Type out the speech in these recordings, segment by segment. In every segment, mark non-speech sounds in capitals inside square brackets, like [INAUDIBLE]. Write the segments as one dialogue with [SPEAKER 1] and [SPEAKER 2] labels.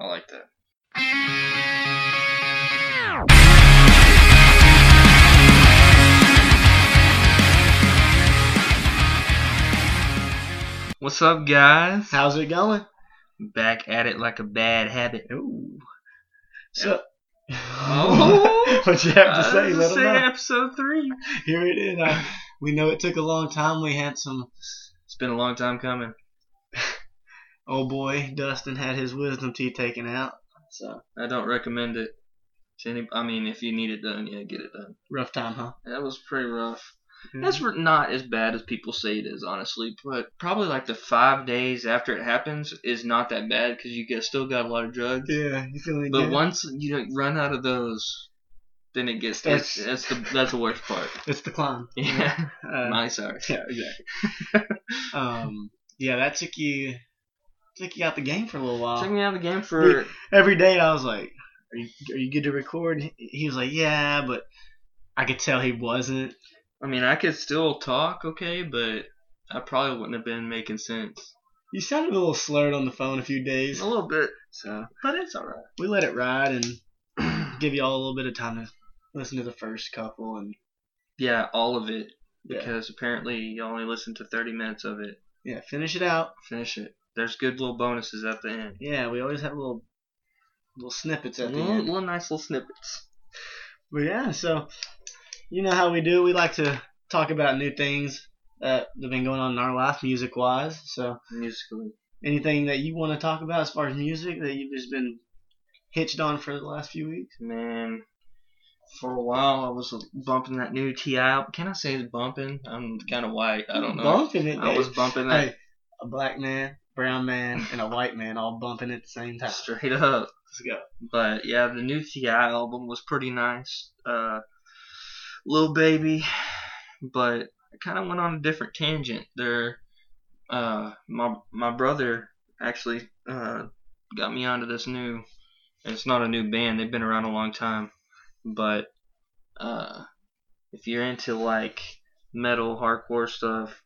[SPEAKER 1] I like
[SPEAKER 2] [LAUGHS]
[SPEAKER 1] that. What's up, guys?
[SPEAKER 2] How's it going?
[SPEAKER 1] Back at it like a bad habit. Ooh.
[SPEAKER 2] So,
[SPEAKER 1] Oh.
[SPEAKER 2] [LAUGHS] what you have to say?
[SPEAKER 1] Uh,
[SPEAKER 2] Let 'em
[SPEAKER 1] say
[SPEAKER 2] know.
[SPEAKER 1] episode three.
[SPEAKER 2] Here it is. I, we know it took a long time. We had some.
[SPEAKER 1] It's been a long time coming.
[SPEAKER 2] Oh boy, Dustin had his wisdom teeth taken out. So
[SPEAKER 1] I don't recommend it to any. I mean, if you need it done, yeah, get it done.
[SPEAKER 2] rough time, huh?
[SPEAKER 1] That was pretty rough. That's re- not as bad as people say it is, honestly. But probably like the five days after it happens is not that bad because you get still got a lot of drugs.
[SPEAKER 2] yeah. You feeling
[SPEAKER 1] But
[SPEAKER 2] good?
[SPEAKER 1] once you don't run out of those, then it gets that's
[SPEAKER 2] That's-
[SPEAKER 1] that's the that's the worst part. [LAUGHS]
[SPEAKER 2] it's the climb.
[SPEAKER 1] Yeah,
[SPEAKER 2] Uh,
[SPEAKER 1] my sorry.
[SPEAKER 2] [LAUGHS] yeah, exactly.
[SPEAKER 1] [LAUGHS]
[SPEAKER 2] um, yeah, that took you took you out the game for a little while.
[SPEAKER 1] Took me out of the game for
[SPEAKER 2] every day I was like, "Are you are you good to record?" He was like, "Yeah," but I could tell he wasn't.
[SPEAKER 1] I mean, I could still talk, okay, but I probably wouldn't have been making sense.
[SPEAKER 2] You sounded a little slurred on the phone a few days,
[SPEAKER 1] A little bit,
[SPEAKER 2] so
[SPEAKER 1] but it's alright.
[SPEAKER 2] we let it ride and [CLEARS THROAT] give you all a little bit of time to listen to the first couple and
[SPEAKER 1] Yeah, all of it.
[SPEAKER 2] yeah,
[SPEAKER 1] Because apparently you only listen to 30 minutes of it.
[SPEAKER 2] yeah finish it out.
[SPEAKER 1] Finish it. There's good little bonuses at the end.
[SPEAKER 2] Yeah, we always have little little snippets at the
[SPEAKER 1] Little,
[SPEAKER 2] end.
[SPEAKER 1] little nice little snippets.
[SPEAKER 2] But yeah, so you know how we do. We like to talk about new things that have been going on in our life, music wise. So
[SPEAKER 1] Musically.
[SPEAKER 2] anything that you want to talk about as far as music that you've just been hitched on for the last few weeks?
[SPEAKER 1] Man, for a while I was bumping that new T.I. al- Can I say it's bumping? I'm kind of white. I don't know.
[SPEAKER 2] Bumping it.
[SPEAKER 1] I was
[SPEAKER 2] dude.
[SPEAKER 1] bumping that
[SPEAKER 2] hey, a black man, brown man, and a white man all bumping at the same time. Let's
[SPEAKER 1] straight up.
[SPEAKER 2] go.
[SPEAKER 1] But yeah, the new Ti album was pretty nice. Uh, Little Baby, but I kind of went on a different tangent there. Uh, my my brother actually uh, got me onto this new. It's not a new band; they've been around a long time. But uh, if you're into like metal hardcore stuff,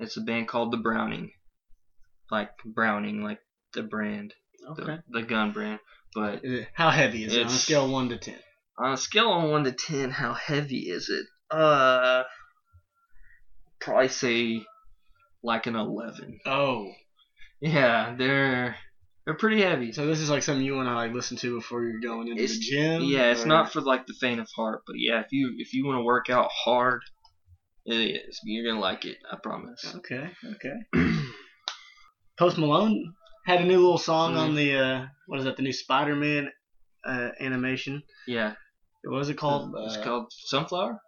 [SPEAKER 1] it's a band called The Browning. Like Browning, like the brand, the,
[SPEAKER 2] Okay.
[SPEAKER 1] the gun brand. But
[SPEAKER 2] Is it- How heavy is it on a
[SPEAKER 1] It's-
[SPEAKER 2] scale of one to ten?
[SPEAKER 1] on a scale of one to ten, how heavy is it? Uh, probably say like an eleven.
[SPEAKER 2] Oh,
[SPEAKER 1] Yeah, they're they're pretty heavy.
[SPEAKER 2] so this is like something you want to like listen to before you're going into
[SPEAKER 1] It's-
[SPEAKER 2] the gym.
[SPEAKER 1] Yeah, it's
[SPEAKER 2] or-
[SPEAKER 1] not for like the faint of heart, but yeah, if you if you want to work out hard, it is. You're gonna like it. I promise.
[SPEAKER 2] Okay, okay. Post Malone had a new little song
[SPEAKER 1] Mm.
[SPEAKER 2] on the uh, what is that? The new Spider-Man uh, animation.
[SPEAKER 1] [CLEARS THROAT] Yeah,
[SPEAKER 2] It was it called?
[SPEAKER 1] it's
[SPEAKER 2] Uh,
[SPEAKER 1] called Sunflower.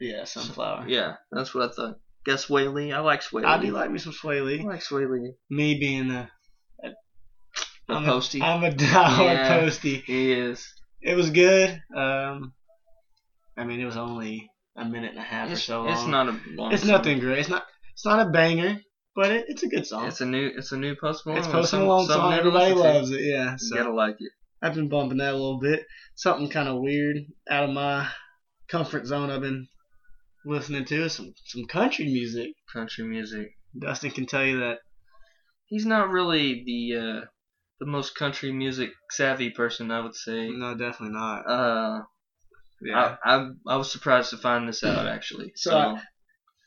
[SPEAKER 2] yeah, Sunflower.
[SPEAKER 1] Yeah, that's what I thought. Guess Sway Lee. I like Sway Lee.
[SPEAKER 2] I do like me some Sway
[SPEAKER 1] I
[SPEAKER 2] Lee.
[SPEAKER 1] like Sway Lee.
[SPEAKER 2] Me being a
[SPEAKER 1] The
[SPEAKER 2] I'm
[SPEAKER 1] posty.
[SPEAKER 2] I'm a [LAUGHS] dollar
[SPEAKER 1] Yeah.
[SPEAKER 2] postie.
[SPEAKER 1] he is.
[SPEAKER 2] It was good. Um, I mean, it was only a minute and a half
[SPEAKER 1] It's,
[SPEAKER 2] or so long.
[SPEAKER 1] it's not a long.
[SPEAKER 2] It's
[SPEAKER 1] song.
[SPEAKER 2] nothing great. It's not. It's not a banger, but it, it's a good song.
[SPEAKER 1] It's a new it's a new Post Malone.
[SPEAKER 2] It's Post
[SPEAKER 1] Some-
[SPEAKER 2] Malone
[SPEAKER 1] something
[SPEAKER 2] song.
[SPEAKER 1] to
[SPEAKER 2] Everybody
[SPEAKER 1] listen to.
[SPEAKER 2] loves it. Yeah.
[SPEAKER 1] You
[SPEAKER 2] So
[SPEAKER 1] gotta like it.
[SPEAKER 2] I've been bumping that a little bit. Something kind of weird out of my comfort zone. I've been listening to is some some country music.
[SPEAKER 1] Country music.
[SPEAKER 2] Dustin can tell you that.
[SPEAKER 1] He's not really the uh, the most country music savvy person, I would say.
[SPEAKER 2] No, definitely not.
[SPEAKER 1] Uh,
[SPEAKER 2] Mm-hmm. Yeah.
[SPEAKER 1] I, I I was surprised to find this out actually. So,
[SPEAKER 2] So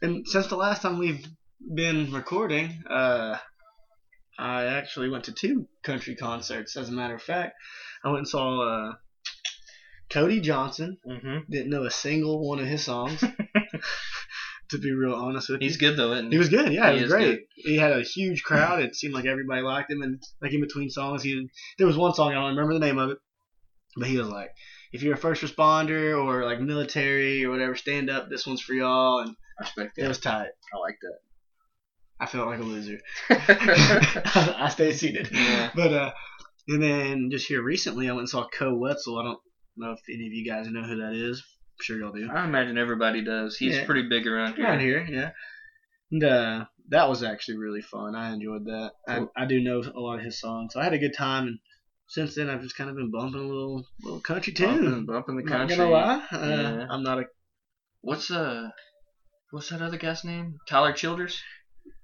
[SPEAKER 2] and since the last time we've been recording, uh, I actually went to two country concerts. As a matter of fact, I went and saw uh, Cody Johnson.
[SPEAKER 1] hmm
[SPEAKER 2] Didn't know a single one of his songs. to be real honest with you,
[SPEAKER 1] he's good though, isn't
[SPEAKER 2] He
[SPEAKER 1] he?
[SPEAKER 2] was good. Yeah,
[SPEAKER 1] He
[SPEAKER 2] he
[SPEAKER 1] is
[SPEAKER 2] it was great. He had a huge crowd. It seemed like everybody liked him, and like in between songs, he there was one song I don't remember the name of it, but he was like, "If you're a first responder or like military or whatever, stand up. This one's for y'all." And
[SPEAKER 1] I respect
[SPEAKER 2] it was tight.
[SPEAKER 1] I like that.
[SPEAKER 2] I felt like a
[SPEAKER 1] [LAUGHS]
[SPEAKER 2] loser. [LAUGHS] I stayed seated.
[SPEAKER 1] Yeah.
[SPEAKER 2] But uh, and then just here recently, I went and saw Co Wetzel. I don't know if any of you guys know who that is. I'm sure y'all do.
[SPEAKER 1] I imagine everybody does. He's
[SPEAKER 2] Yeah.
[SPEAKER 1] pretty big around here.
[SPEAKER 2] around here, yeah. And uh, that was actually really fun. I enjoyed that. I, I do know a lot of his songs. So I had a good time, and since then I've just kind of been bumping a little little country
[SPEAKER 1] Bumping,
[SPEAKER 2] tune.
[SPEAKER 1] bumping the
[SPEAKER 2] Not
[SPEAKER 1] country.
[SPEAKER 2] gonna lie, uh,
[SPEAKER 1] Yeah.
[SPEAKER 2] I'm not a
[SPEAKER 1] What's uh what's that other guy's name? Tyler Childers?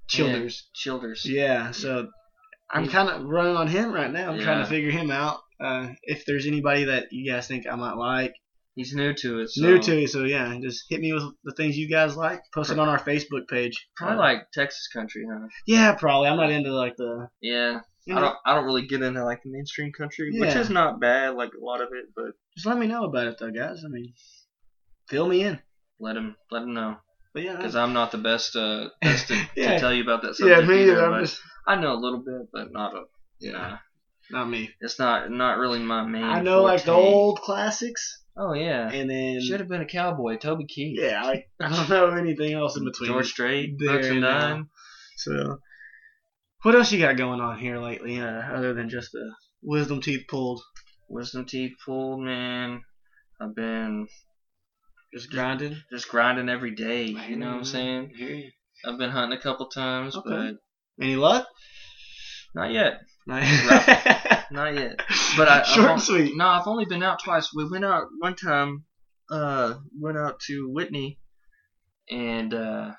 [SPEAKER 2] Childers.
[SPEAKER 1] Childers.
[SPEAKER 2] Yeah, so I'm kind of running on him right now. I'm trying
[SPEAKER 1] Yeah.
[SPEAKER 2] to figure him out. Uh, if there's anybody that you guys think I might like,
[SPEAKER 1] He's new to it. So
[SPEAKER 2] new to you, so yeah, just hit me with the things you guys like. Post it on our Facebook page.
[SPEAKER 1] Probably like Texas country, huh?
[SPEAKER 2] Yeah, probably. I'm not into like the.
[SPEAKER 1] Yeah.
[SPEAKER 2] you
[SPEAKER 1] I
[SPEAKER 2] know,
[SPEAKER 1] don't. I don't really get into like the mainstream country, which
[SPEAKER 2] Yeah.
[SPEAKER 1] is not bad. Like a lot of it, but
[SPEAKER 2] just let me know about it though, guys. I mean, fill me in.
[SPEAKER 1] let him let him know
[SPEAKER 2] But yeah,
[SPEAKER 1] because I'm not the best uh best [LAUGHS] to,
[SPEAKER 2] Yeah.
[SPEAKER 1] to tell you about that
[SPEAKER 2] yeah,
[SPEAKER 1] subject.
[SPEAKER 2] me
[SPEAKER 1] either,
[SPEAKER 2] either.
[SPEAKER 1] but
[SPEAKER 2] I'm just
[SPEAKER 1] I know a little bit, but not a.
[SPEAKER 2] yeah,
[SPEAKER 1] Nah,
[SPEAKER 2] not me.
[SPEAKER 1] it's not not really my main.
[SPEAKER 2] I know like the
[SPEAKER 1] forte.
[SPEAKER 2] old classics,
[SPEAKER 1] Oh yeah.
[SPEAKER 2] and then
[SPEAKER 1] Should have been a cowboy, Toby Keith.
[SPEAKER 2] yeah, like, I don't know anything else in between.
[SPEAKER 1] George Strait,
[SPEAKER 2] there
[SPEAKER 1] Brooks and
[SPEAKER 2] and now.
[SPEAKER 1] Dunn.
[SPEAKER 2] So, what else you got going on here lately, uh, other than just the wisdom teeth pulled,
[SPEAKER 1] Wisdom teeth pulled, man. I've been
[SPEAKER 2] just grinding?
[SPEAKER 1] just grinding every day. You know what I'm
[SPEAKER 2] Man.
[SPEAKER 1] saying? I've been hunting a couple times,
[SPEAKER 2] Okay.
[SPEAKER 1] but
[SPEAKER 2] Any luck?
[SPEAKER 1] not yet.
[SPEAKER 2] [LAUGHS] No.
[SPEAKER 1] Not yet. But I- uh, I
[SPEAKER 2] short
[SPEAKER 1] won't-
[SPEAKER 2] and sweet.
[SPEAKER 1] No, I've only been out twice. We went out one time, uh, went out to Whitney, and uh,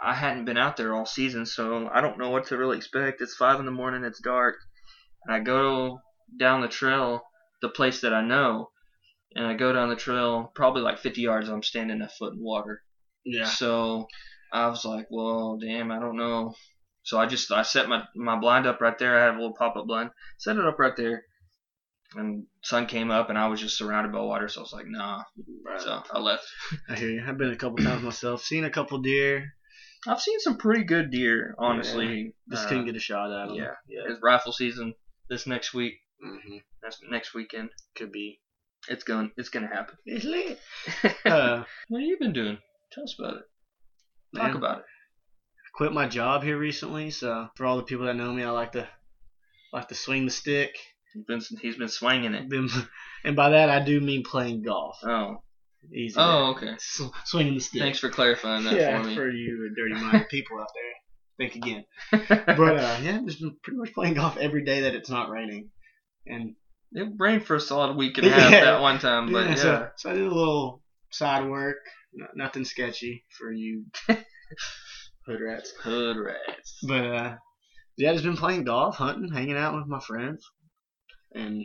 [SPEAKER 1] I hadn't been out there all season, so I don't know what to really expect. It's five in the morning, it's dark, and I go down the trail, the place that I know, and I go down the trail probably like 50 yards. I'm standing a foot in water.
[SPEAKER 2] Yeah.
[SPEAKER 1] So I was like, well, damn, I don't know. So I just I set my my blind up right there. I had a little pop up blind, set it up right there, and sun came up, and I was just surrounded by water. So I was like, nah. So I left.
[SPEAKER 2] I hear you. I've been a couple times myself. Seen a couple deer.
[SPEAKER 1] I've seen some pretty good deer, honestly.
[SPEAKER 2] Just
[SPEAKER 1] Uh,
[SPEAKER 2] couldn't get a shot at them.
[SPEAKER 1] yeah. Mm-hmm.
[SPEAKER 2] Yeah.
[SPEAKER 1] It's rifle season this next week.
[SPEAKER 2] hmm
[SPEAKER 1] That's next weekend.
[SPEAKER 2] Could be.
[SPEAKER 1] It's going. It's gonna happen.
[SPEAKER 2] It's lit.
[SPEAKER 1] [LAUGHS]
[SPEAKER 2] Uh,
[SPEAKER 1] what have you been doing? Tell us about it. Talk
[SPEAKER 2] man,
[SPEAKER 1] about it.
[SPEAKER 2] quit my job here recently, so for all the people that know me, I like to like to swing the stick.
[SPEAKER 1] He's been he's been swinging it.
[SPEAKER 2] Then- [LAUGHS] And by that, I do mean playing golf.
[SPEAKER 1] Oh.
[SPEAKER 2] Easy.
[SPEAKER 1] Oh, okay.
[SPEAKER 2] Sw- swinging the stick.
[SPEAKER 1] Thanks for clarifying that
[SPEAKER 2] yeah,
[SPEAKER 1] for me.
[SPEAKER 2] you
[SPEAKER 1] [LAUGHS]
[SPEAKER 2] dirty-minded people out there. Think again. But uh, yeah, just been pretty much playing golf every day that it's not raining. And
[SPEAKER 1] It rained for a solid week and a half
[SPEAKER 2] [LAUGHS] Yeah.
[SPEAKER 1] that one time, but
[SPEAKER 2] yeah,
[SPEAKER 1] yeah,
[SPEAKER 2] So, so I did a little side work, n- nothing sketchy for
[SPEAKER 1] [LAUGHS]
[SPEAKER 2] you hood rats.
[SPEAKER 1] hood rats.
[SPEAKER 2] But uh, yeah, just been playing golf, hunting, hanging out with my friends, and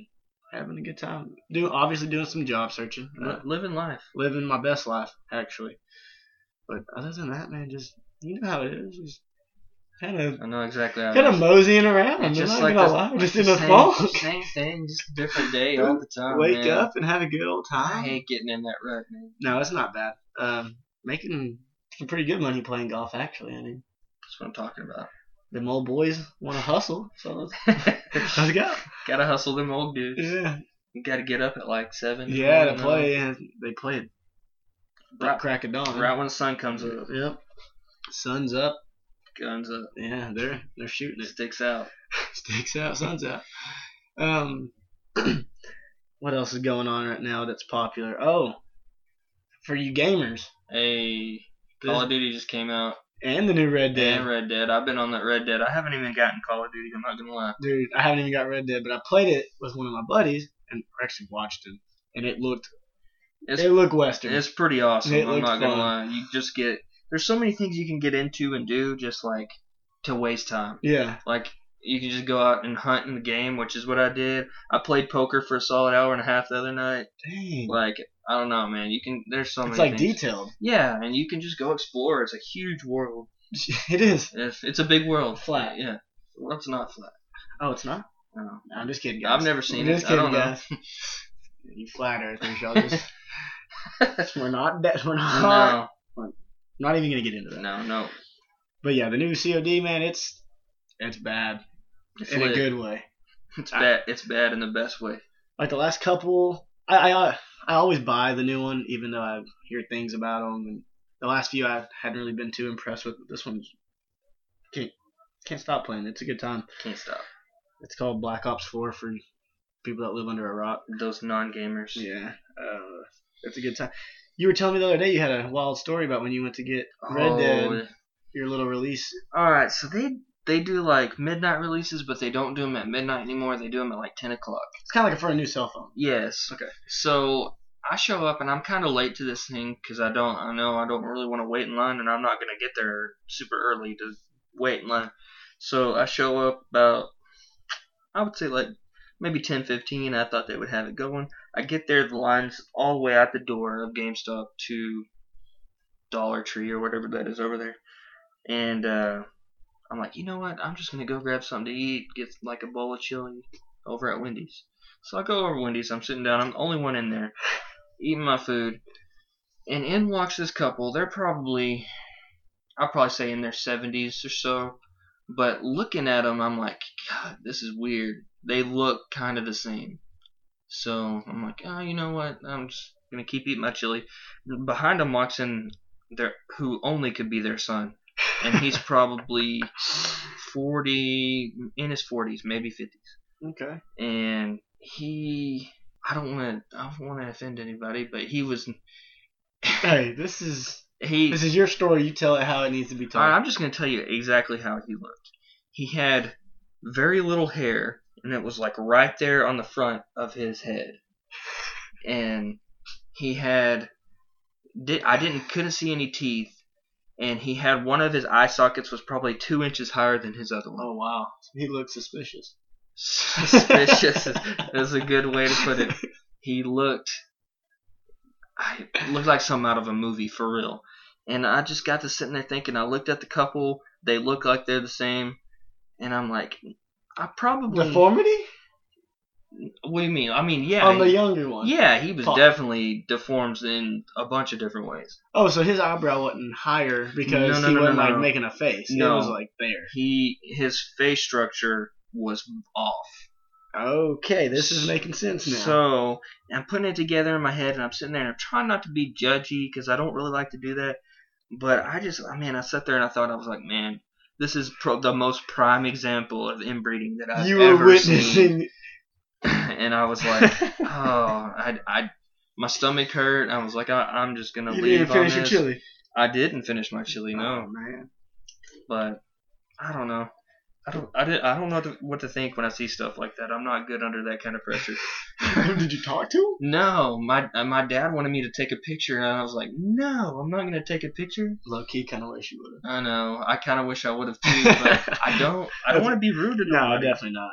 [SPEAKER 2] having a good time. Do obviously doing some job searching, uh,
[SPEAKER 1] Li- living life.
[SPEAKER 2] living my best life actually. But other than that, man, just you know how it is, just kind of
[SPEAKER 1] I know exactly how. it
[SPEAKER 2] kind of
[SPEAKER 1] is.
[SPEAKER 2] moseying around. I'm
[SPEAKER 1] It's
[SPEAKER 2] just
[SPEAKER 1] just
[SPEAKER 2] not
[SPEAKER 1] like
[SPEAKER 2] gonna
[SPEAKER 1] the-
[SPEAKER 2] lie, I'm just in
[SPEAKER 1] the
[SPEAKER 2] the
[SPEAKER 1] same,
[SPEAKER 2] [LAUGHS]
[SPEAKER 1] [LAUGHS]
[SPEAKER 2] fog.
[SPEAKER 1] Same thing, just a different day all the time.
[SPEAKER 2] Wake
[SPEAKER 1] man.
[SPEAKER 2] up and have a good old
[SPEAKER 1] I
[SPEAKER 2] time.
[SPEAKER 1] hate getting in that rut, man.
[SPEAKER 2] No, it's not bad. Um, making making pretty good money playing golf actually. I mean,
[SPEAKER 1] That's what I'm talking about.
[SPEAKER 2] them old boys want
[SPEAKER 1] [LAUGHS]
[SPEAKER 2] to hustle, so let's, let's go.
[SPEAKER 1] gotta hustle them old dudes.
[SPEAKER 2] Yeah,
[SPEAKER 1] You gotta get up at like seven.
[SPEAKER 2] yeah,
[SPEAKER 1] in the
[SPEAKER 2] to
[SPEAKER 1] morning,
[SPEAKER 2] play. yeah, They play it
[SPEAKER 1] Right-
[SPEAKER 2] right, crack of dawn.
[SPEAKER 1] uh, Right when the sun comes up,
[SPEAKER 2] Yep. Sun's up.
[SPEAKER 1] guns up,
[SPEAKER 2] Yeah, they're they're shooting it.
[SPEAKER 1] sticks out.
[SPEAKER 2] [LAUGHS] Sticks out. Sun's out. Um, [CLEARS THROAT] what else is going on right now that's popular? Oh, for you gamers.
[SPEAKER 1] Hey, Call of Duty just came out.
[SPEAKER 2] and the new Red Dead.
[SPEAKER 1] And Red Dead. I've been on that Red Dead. I haven't even gotten Call of Duty. I'm not gonna lie.
[SPEAKER 2] Dude, I haven't even got Red Dead, but I played it with one of my buddies and or actually watched him, and it looked
[SPEAKER 1] It's
[SPEAKER 2] it looked western.
[SPEAKER 1] It's pretty awesome.
[SPEAKER 2] It
[SPEAKER 1] I'm
[SPEAKER 2] looks
[SPEAKER 1] not gonna
[SPEAKER 2] fun.
[SPEAKER 1] lie. You just get there's so many things you can get into and do just like to waste time.
[SPEAKER 2] yeah,
[SPEAKER 1] Like you can just go out and hunt in the game, which is what I did. I played poker for a solid hour and a half the other night.
[SPEAKER 2] dang,
[SPEAKER 1] Like I don't know, man. You can there's so
[SPEAKER 2] it's
[SPEAKER 1] many.
[SPEAKER 2] like
[SPEAKER 1] things.
[SPEAKER 2] detailed. [LAUGHS]
[SPEAKER 1] Yeah, and you can just go explore. It's a huge world.
[SPEAKER 2] It is.
[SPEAKER 1] It's, it's a big world.
[SPEAKER 2] Flat.
[SPEAKER 1] Yeah. Well, it's not flat.
[SPEAKER 2] Oh, it's not. [LAUGHS]
[SPEAKER 1] No.
[SPEAKER 2] No, I'm just kidding, guys.
[SPEAKER 1] I've never seen
[SPEAKER 2] I'm
[SPEAKER 1] it.
[SPEAKER 2] just
[SPEAKER 1] I don't know. [LAUGHS]
[SPEAKER 2] guys. You flat earthers, y'all
[SPEAKER 1] [LAUGHS]
[SPEAKER 2] just we're not de- we're not
[SPEAKER 1] no,
[SPEAKER 2] [LAUGHS] not even gonna get into that.
[SPEAKER 1] no, no.
[SPEAKER 2] But yeah, the new COD man, it's it's bad
[SPEAKER 1] It's,
[SPEAKER 2] in a
[SPEAKER 1] lit.
[SPEAKER 2] good way.
[SPEAKER 1] it's bad. It's bad in the best way.
[SPEAKER 2] like the last couple I, I uh, I always buy the new one even though I hear things about them and the last few I hadn't really been too impressed with but this one can't can't stop playing it's a good time
[SPEAKER 1] Can't stop
[SPEAKER 2] it's called Black Ops 4 for people that live under a rock
[SPEAKER 1] those non-gamers.
[SPEAKER 2] yeah uh, it's a good time you were telling me the other day you had a wild story about when you went to get Red
[SPEAKER 1] Oh,
[SPEAKER 2] Dead your little release
[SPEAKER 1] All right, so they they do like midnight releases, but they don't do them at midnight anymore. They do them at like ten o'clock.
[SPEAKER 2] it's kind of like for a new cell phone
[SPEAKER 1] Yes.
[SPEAKER 2] Okay.
[SPEAKER 1] So I show up and I'm kind of late to this thing because I don't I know I don't really want to wait in line and I'm not gonna get there super early to wait in line. So I show up about I would say like maybe 10, 15. I thought they would have it going. I get there, the line's all the way out the door of GameStop to Dollar Tree or whatever that is over there. And uh, I'm like, you know what? I'm just gonna go grab something to eat. Get like a bowl of chili over at Wendy's. So I go over to Wendy's. I'm sitting down. I'm the only one in there eating my food. And in walks this couple. They're probably, I'll probably say in their 70s or so. But looking at them, I'm like, God, this is weird. They look kind of the same. So I'm like, oh, you know what? I'm just gonna keep eating my chili. Behind them walks in their who only could be their son, and he's probably 40 in his 40s, maybe 50s.
[SPEAKER 2] Okay.
[SPEAKER 1] And he, I don't want to, I don't want to offend anybody, but he was
[SPEAKER 2] Hey, this is
[SPEAKER 1] he.
[SPEAKER 2] this is your story. You tell it how it needs to be
[SPEAKER 1] All right, I'm
[SPEAKER 2] told.
[SPEAKER 1] just gonna tell you exactly how he looked. He had very little hair, and it was like right there on the front of his head, and he had. Did, I didn't couldn't see any teeth, and he had one of his eye sockets was probably two inches higher than his other one. [LAUGHS]
[SPEAKER 2] Oh wow, he looks suspicious. [LAUGHS]
[SPEAKER 1] Suspicious is, is a good way to put it. He looked, I looked like something out of a movie for real. And I just got to sitting there thinking. I looked at the couple; they look like they're the same, and I'm like, I probably.
[SPEAKER 2] Deformity
[SPEAKER 1] what do you mean? I mean, yeah,
[SPEAKER 2] on the
[SPEAKER 1] he-
[SPEAKER 2] younger one.
[SPEAKER 1] yeah, he was
[SPEAKER 2] Fuck.
[SPEAKER 1] definitely deformed in a bunch of different ways.
[SPEAKER 2] Oh, so his eyebrow wasn't higher because
[SPEAKER 1] No, no,
[SPEAKER 2] he
[SPEAKER 1] no,
[SPEAKER 2] wasn't
[SPEAKER 1] no,
[SPEAKER 2] like
[SPEAKER 1] no.
[SPEAKER 2] making a face. It
[SPEAKER 1] No.
[SPEAKER 2] was like there.
[SPEAKER 1] He his face structure was off.
[SPEAKER 2] Okay, this is making sense now.
[SPEAKER 1] So I'm putting it together in my head, and I'm sitting there, and I'm trying not to be judgy because I don't really like to do that. But I just, I mean, I sat there and I thought I was like, man, this is pro- the most prime example of inbreeding that I've
[SPEAKER 2] you were
[SPEAKER 1] ever seen. [LAUGHS]
[SPEAKER 2] witnessing.
[SPEAKER 1] and I was like,
[SPEAKER 2] [LAUGHS]
[SPEAKER 1] oh, I, I, my stomach hurt. I was like, I, I'm just gonna
[SPEAKER 2] you
[SPEAKER 1] leave
[SPEAKER 2] didn't finish
[SPEAKER 1] on
[SPEAKER 2] your
[SPEAKER 1] this.
[SPEAKER 2] chili.
[SPEAKER 1] I didn't finish my chili, no.
[SPEAKER 2] Oh, man.
[SPEAKER 1] But I don't know. I don't, I, did, I don't know what to think when I see stuff like that. I'm not good under that kind of pressure.
[SPEAKER 2] [LAUGHS] Did you talk to him?
[SPEAKER 1] No, my uh, my dad wanted me to take a picture, and I was like, "No, I'm not gonna take a picture."
[SPEAKER 2] Low key, kind of wish you would have.
[SPEAKER 1] I know. I kind of wish I would have too, but
[SPEAKER 2] [LAUGHS]
[SPEAKER 1] I don't. I don't want to be rude to
[SPEAKER 2] No,
[SPEAKER 1] nobody.
[SPEAKER 2] definitely not.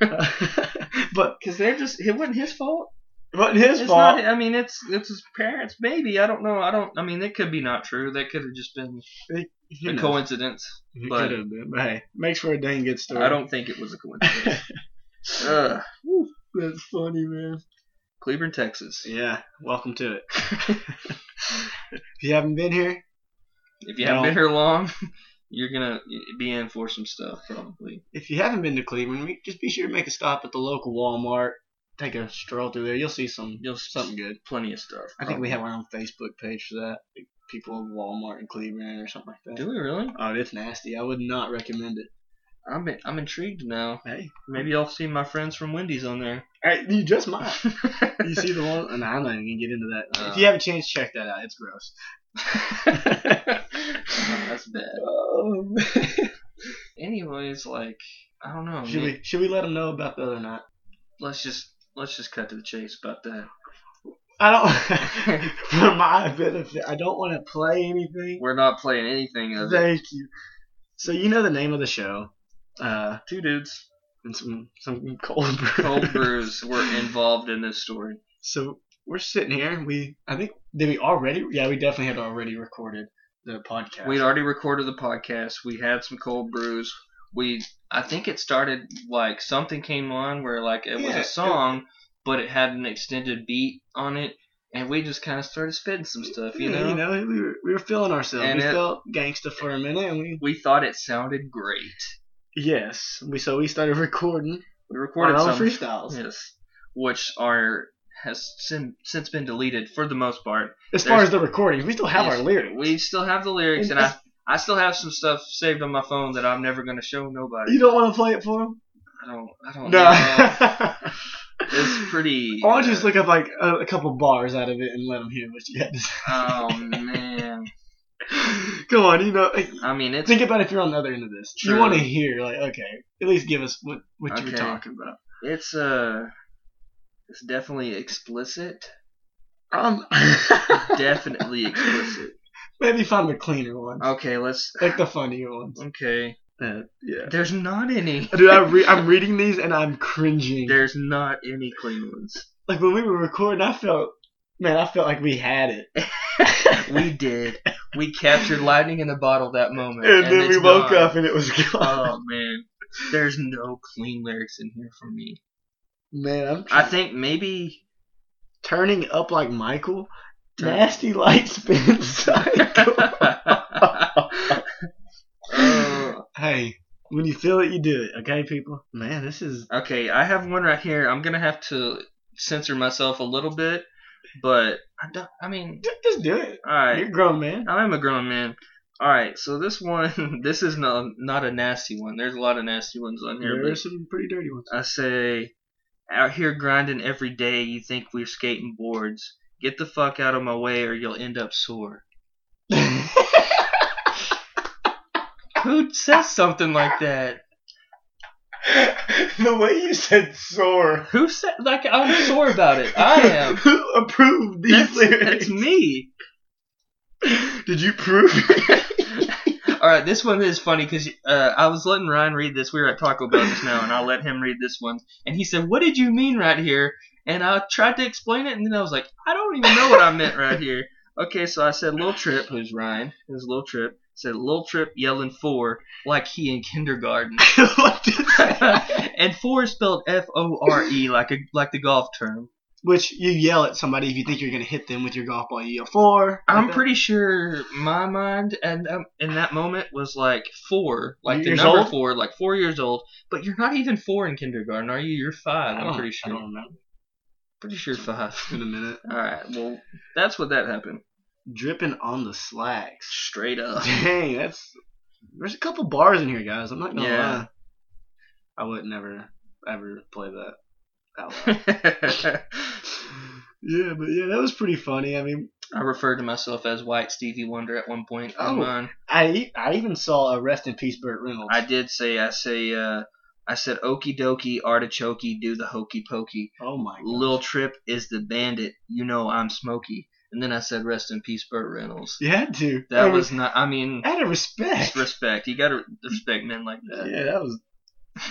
[SPEAKER 2] That's messed up. [LAUGHS] but
[SPEAKER 1] because they're just. It wasn't his fault.
[SPEAKER 2] but his
[SPEAKER 1] It's
[SPEAKER 2] fault.
[SPEAKER 1] not. I mean, it's it's his parents. Maybe I don't know. I don't. I mean, that could be not true. That could have just been
[SPEAKER 2] you
[SPEAKER 1] a
[SPEAKER 2] know,
[SPEAKER 1] coincidence.
[SPEAKER 2] it
[SPEAKER 1] but-
[SPEAKER 2] could have been. But hey, makes for a dang good story.
[SPEAKER 1] I don't think it was a coincidence.
[SPEAKER 2] [LAUGHS]
[SPEAKER 1] Ugh.
[SPEAKER 2] That's funny, man.
[SPEAKER 1] Cleveland, Texas.
[SPEAKER 2] Yeah, welcome to [LAUGHS] it. if you haven't been here,
[SPEAKER 1] If you
[SPEAKER 2] No.
[SPEAKER 1] haven't been here long, [LAUGHS] you're gonna be in for some stuff probably.
[SPEAKER 2] if you haven't been to Cleveland, we- just be sure to make a stop at the local Walmart. Take a stroll through there. You'll see some
[SPEAKER 1] You'll s-
[SPEAKER 2] something good.
[SPEAKER 1] plenty of stuff.
[SPEAKER 2] I think
[SPEAKER 1] probably.
[SPEAKER 2] we have our own Facebook page for that. like, People of Walmart in Cleveland or something like that.
[SPEAKER 1] Do we really?
[SPEAKER 2] Oh, it's nasty. I would not recommend it.
[SPEAKER 1] I'm I'm intrigued now.
[SPEAKER 2] Hey,
[SPEAKER 1] Maybe I'll see my friends from Wendy's on [LAUGHS] there.
[SPEAKER 2] hey, you just might. [LAUGHS]
[SPEAKER 1] [LAUGHS]
[SPEAKER 2] You see the one? And I'm not even gonna get into that.
[SPEAKER 1] Uh.
[SPEAKER 2] if you have a chance, check that out. It's gross.
[SPEAKER 1] That's bad.
[SPEAKER 2] Um,
[SPEAKER 1] [LAUGHS] Anyways, like I don't know.
[SPEAKER 2] should
[SPEAKER 1] man.
[SPEAKER 2] we should we let them know about the other night?
[SPEAKER 1] Let's just let's just cut to the chase about that.
[SPEAKER 2] I don't [LAUGHS] for my benefit. I don't want to play anything.
[SPEAKER 1] We're not playing anything of it.
[SPEAKER 2] Thank you. So you know the name of the show, uh,
[SPEAKER 1] Two dudes,
[SPEAKER 2] and some some cold brew.
[SPEAKER 1] cold brews, were involved in this story.
[SPEAKER 2] [LAUGHS] So we're sitting here, and we I think did we already? Yeah, we definitely had already recorded the podcast.
[SPEAKER 1] We'd already recorded the podcast. We had some cold brews. We I think it started like something came on where like it was
[SPEAKER 2] Yeah, it-
[SPEAKER 1] a song, but it had an extended beat on it, and we just kind of started spitting some stuff, you
[SPEAKER 2] Yeah,
[SPEAKER 1] know.
[SPEAKER 2] we were we were feeling ourselves.
[SPEAKER 1] And
[SPEAKER 2] we
[SPEAKER 1] it-
[SPEAKER 2] felt gangsta for a minute, and we
[SPEAKER 1] We thought it sounded great.
[SPEAKER 2] yes, we so we started recording
[SPEAKER 1] We
[SPEAKER 2] our
[SPEAKER 1] recorded
[SPEAKER 2] own
[SPEAKER 1] some
[SPEAKER 2] freestyles.
[SPEAKER 1] yes, which are has sin, since been deleted for the most part.
[SPEAKER 2] As far
[SPEAKER 1] There's-
[SPEAKER 2] as the recordings, we still have our
[SPEAKER 1] Yes,
[SPEAKER 2] lyrics. uh,
[SPEAKER 1] We still have the lyrics, and I I still have some stuff saved on my phone that I'm never gonna show nobody.
[SPEAKER 2] you don't want to play it for them?
[SPEAKER 1] I don't. I don't.
[SPEAKER 2] [LAUGHS]
[SPEAKER 1] know.
[SPEAKER 2] No.
[SPEAKER 1] It's pretty.
[SPEAKER 2] I'll just
[SPEAKER 1] uh,
[SPEAKER 2] look up like a, a couple bars out of it and let them hear what you had to
[SPEAKER 1] Oh man.
[SPEAKER 2] say. [LAUGHS] Come on, you know, like,
[SPEAKER 1] I mean, it's
[SPEAKER 2] think about if you're on the other end of this. You
[SPEAKER 1] True.
[SPEAKER 2] want to hear, like, okay, at least give us what, what you were
[SPEAKER 1] Okay.
[SPEAKER 2] talking about.
[SPEAKER 1] it's uh, it's definitely explicit.
[SPEAKER 2] [LAUGHS] Um,
[SPEAKER 1] Definitely explicit. Oh.
[SPEAKER 2] Maybe find the cleaner one,
[SPEAKER 1] Okay, let's. [LAUGHS]
[SPEAKER 2] like the funnier ones.
[SPEAKER 1] Okay.
[SPEAKER 2] Uh, yeah.
[SPEAKER 1] There's not any.
[SPEAKER 2] Dude, I re- I'm reading these and I'm cringing.
[SPEAKER 1] There's not any clean ones.
[SPEAKER 2] Like when we were recording, I felt, man, I felt like we had it.
[SPEAKER 1] We did. We captured lightning in the bottle that moment.
[SPEAKER 2] and then we
[SPEAKER 1] it's
[SPEAKER 2] woke
[SPEAKER 1] gone.
[SPEAKER 2] up and it was gone.
[SPEAKER 1] Oh man, there's no clean lyrics in here for me.
[SPEAKER 2] man, I'm
[SPEAKER 1] I think
[SPEAKER 2] [LAUGHS]
[SPEAKER 1] maybe [LAUGHS]
[SPEAKER 2] turning up like Michael.
[SPEAKER 1] Turn-
[SPEAKER 2] Nasty light [LAUGHS] spin cycle.
[SPEAKER 1] Oh,
[SPEAKER 2] hey, when you feel it, you do it. Okay, people. Man, this is
[SPEAKER 1] okay, I have one right here. I'm gonna have to censor myself a little bit, but I don't. I mean,
[SPEAKER 2] just, just do it.
[SPEAKER 1] all right.
[SPEAKER 2] You're a grown man.
[SPEAKER 1] I'm a grown man. All right, so this one, [LAUGHS] this is not not a nasty one. There's a lot of nasty ones on here,
[SPEAKER 2] There
[SPEAKER 1] but
[SPEAKER 2] are some pretty dirty
[SPEAKER 1] [LAUGHS]
[SPEAKER 2] ones. [LAUGHS]
[SPEAKER 1] I say, out here grinding every day, you think we're skating boards. Get the fuck out of my way or you'll end up sore. Who says something like that?
[SPEAKER 2] the way you said sore.
[SPEAKER 1] Who said, like, I'm sore about it.
[SPEAKER 2] [LAUGHS]
[SPEAKER 1] I am.
[SPEAKER 2] Who approved these
[SPEAKER 1] That's,
[SPEAKER 2] lyrics?
[SPEAKER 1] that's me.
[SPEAKER 2] Did you prove
[SPEAKER 1] [LAUGHS]
[SPEAKER 2] it? [LAUGHS]
[SPEAKER 1] All right, this one is funny because uh, I was letting Ryan read this. We were at Taco Bell just now, and I let him read this one. And he said, What did you mean right here? And I tried to explain it, and then I was like, I don't even know what I meant right here. Okay, so I said, Lil Trip, who's Ryan, who's Lil Trip, said, Lil Trip yelling four like he in kindergarten. [LAUGHS]
[SPEAKER 2] what did
[SPEAKER 1] and four is spelled F O R E, like a like the golf term.
[SPEAKER 2] Which you yell at somebody if you think you're gonna hit them with your golf ball. You yell four.
[SPEAKER 1] I'm
[SPEAKER 2] Like that.
[SPEAKER 1] pretty sure my mind and um, in that moment was like four, like
[SPEAKER 2] Years
[SPEAKER 1] the number
[SPEAKER 2] old?
[SPEAKER 1] four, like four years old. But you're not even four in kindergarten, are you? You're five.
[SPEAKER 2] I
[SPEAKER 1] I'm
[SPEAKER 2] don't-
[SPEAKER 1] pretty
[SPEAKER 2] Oh, I
[SPEAKER 1] sure.
[SPEAKER 2] don't remember.
[SPEAKER 1] Pretty sure five.
[SPEAKER 2] [LAUGHS] In a minute,
[SPEAKER 1] All right. Well, that's what that happened.
[SPEAKER 2] dripping on the slacks. [LAUGHS]
[SPEAKER 1] Straight up.
[SPEAKER 2] Dang, that's. There's a couple bars in here, guys. I'm not gonna
[SPEAKER 1] Yeah.
[SPEAKER 2] lie. I would never ever play that out loud. yeah, but yeah, that was pretty funny. I mean,
[SPEAKER 1] I referred to myself as White Stevie Wonder at one point. in
[SPEAKER 2] Oh.
[SPEAKER 1] mine.
[SPEAKER 2] I e- I even saw a rest in peace Burt Reynolds.
[SPEAKER 1] I did say I say uh, I said okey dokie artichoke do the hokey pokey.
[SPEAKER 2] oh my god.
[SPEAKER 1] Lil Trip is the bandit. You know I'm Smokey. And then I said, rest in peace, Burt Reynolds.
[SPEAKER 2] you had to.
[SPEAKER 1] That
[SPEAKER 2] I
[SPEAKER 1] was not. I
[SPEAKER 2] [LAUGHS]
[SPEAKER 1] mean,
[SPEAKER 2] out of
[SPEAKER 1] just
[SPEAKER 2] respect.
[SPEAKER 1] respect. You gotta respect men like that.
[SPEAKER 2] yeah, that was.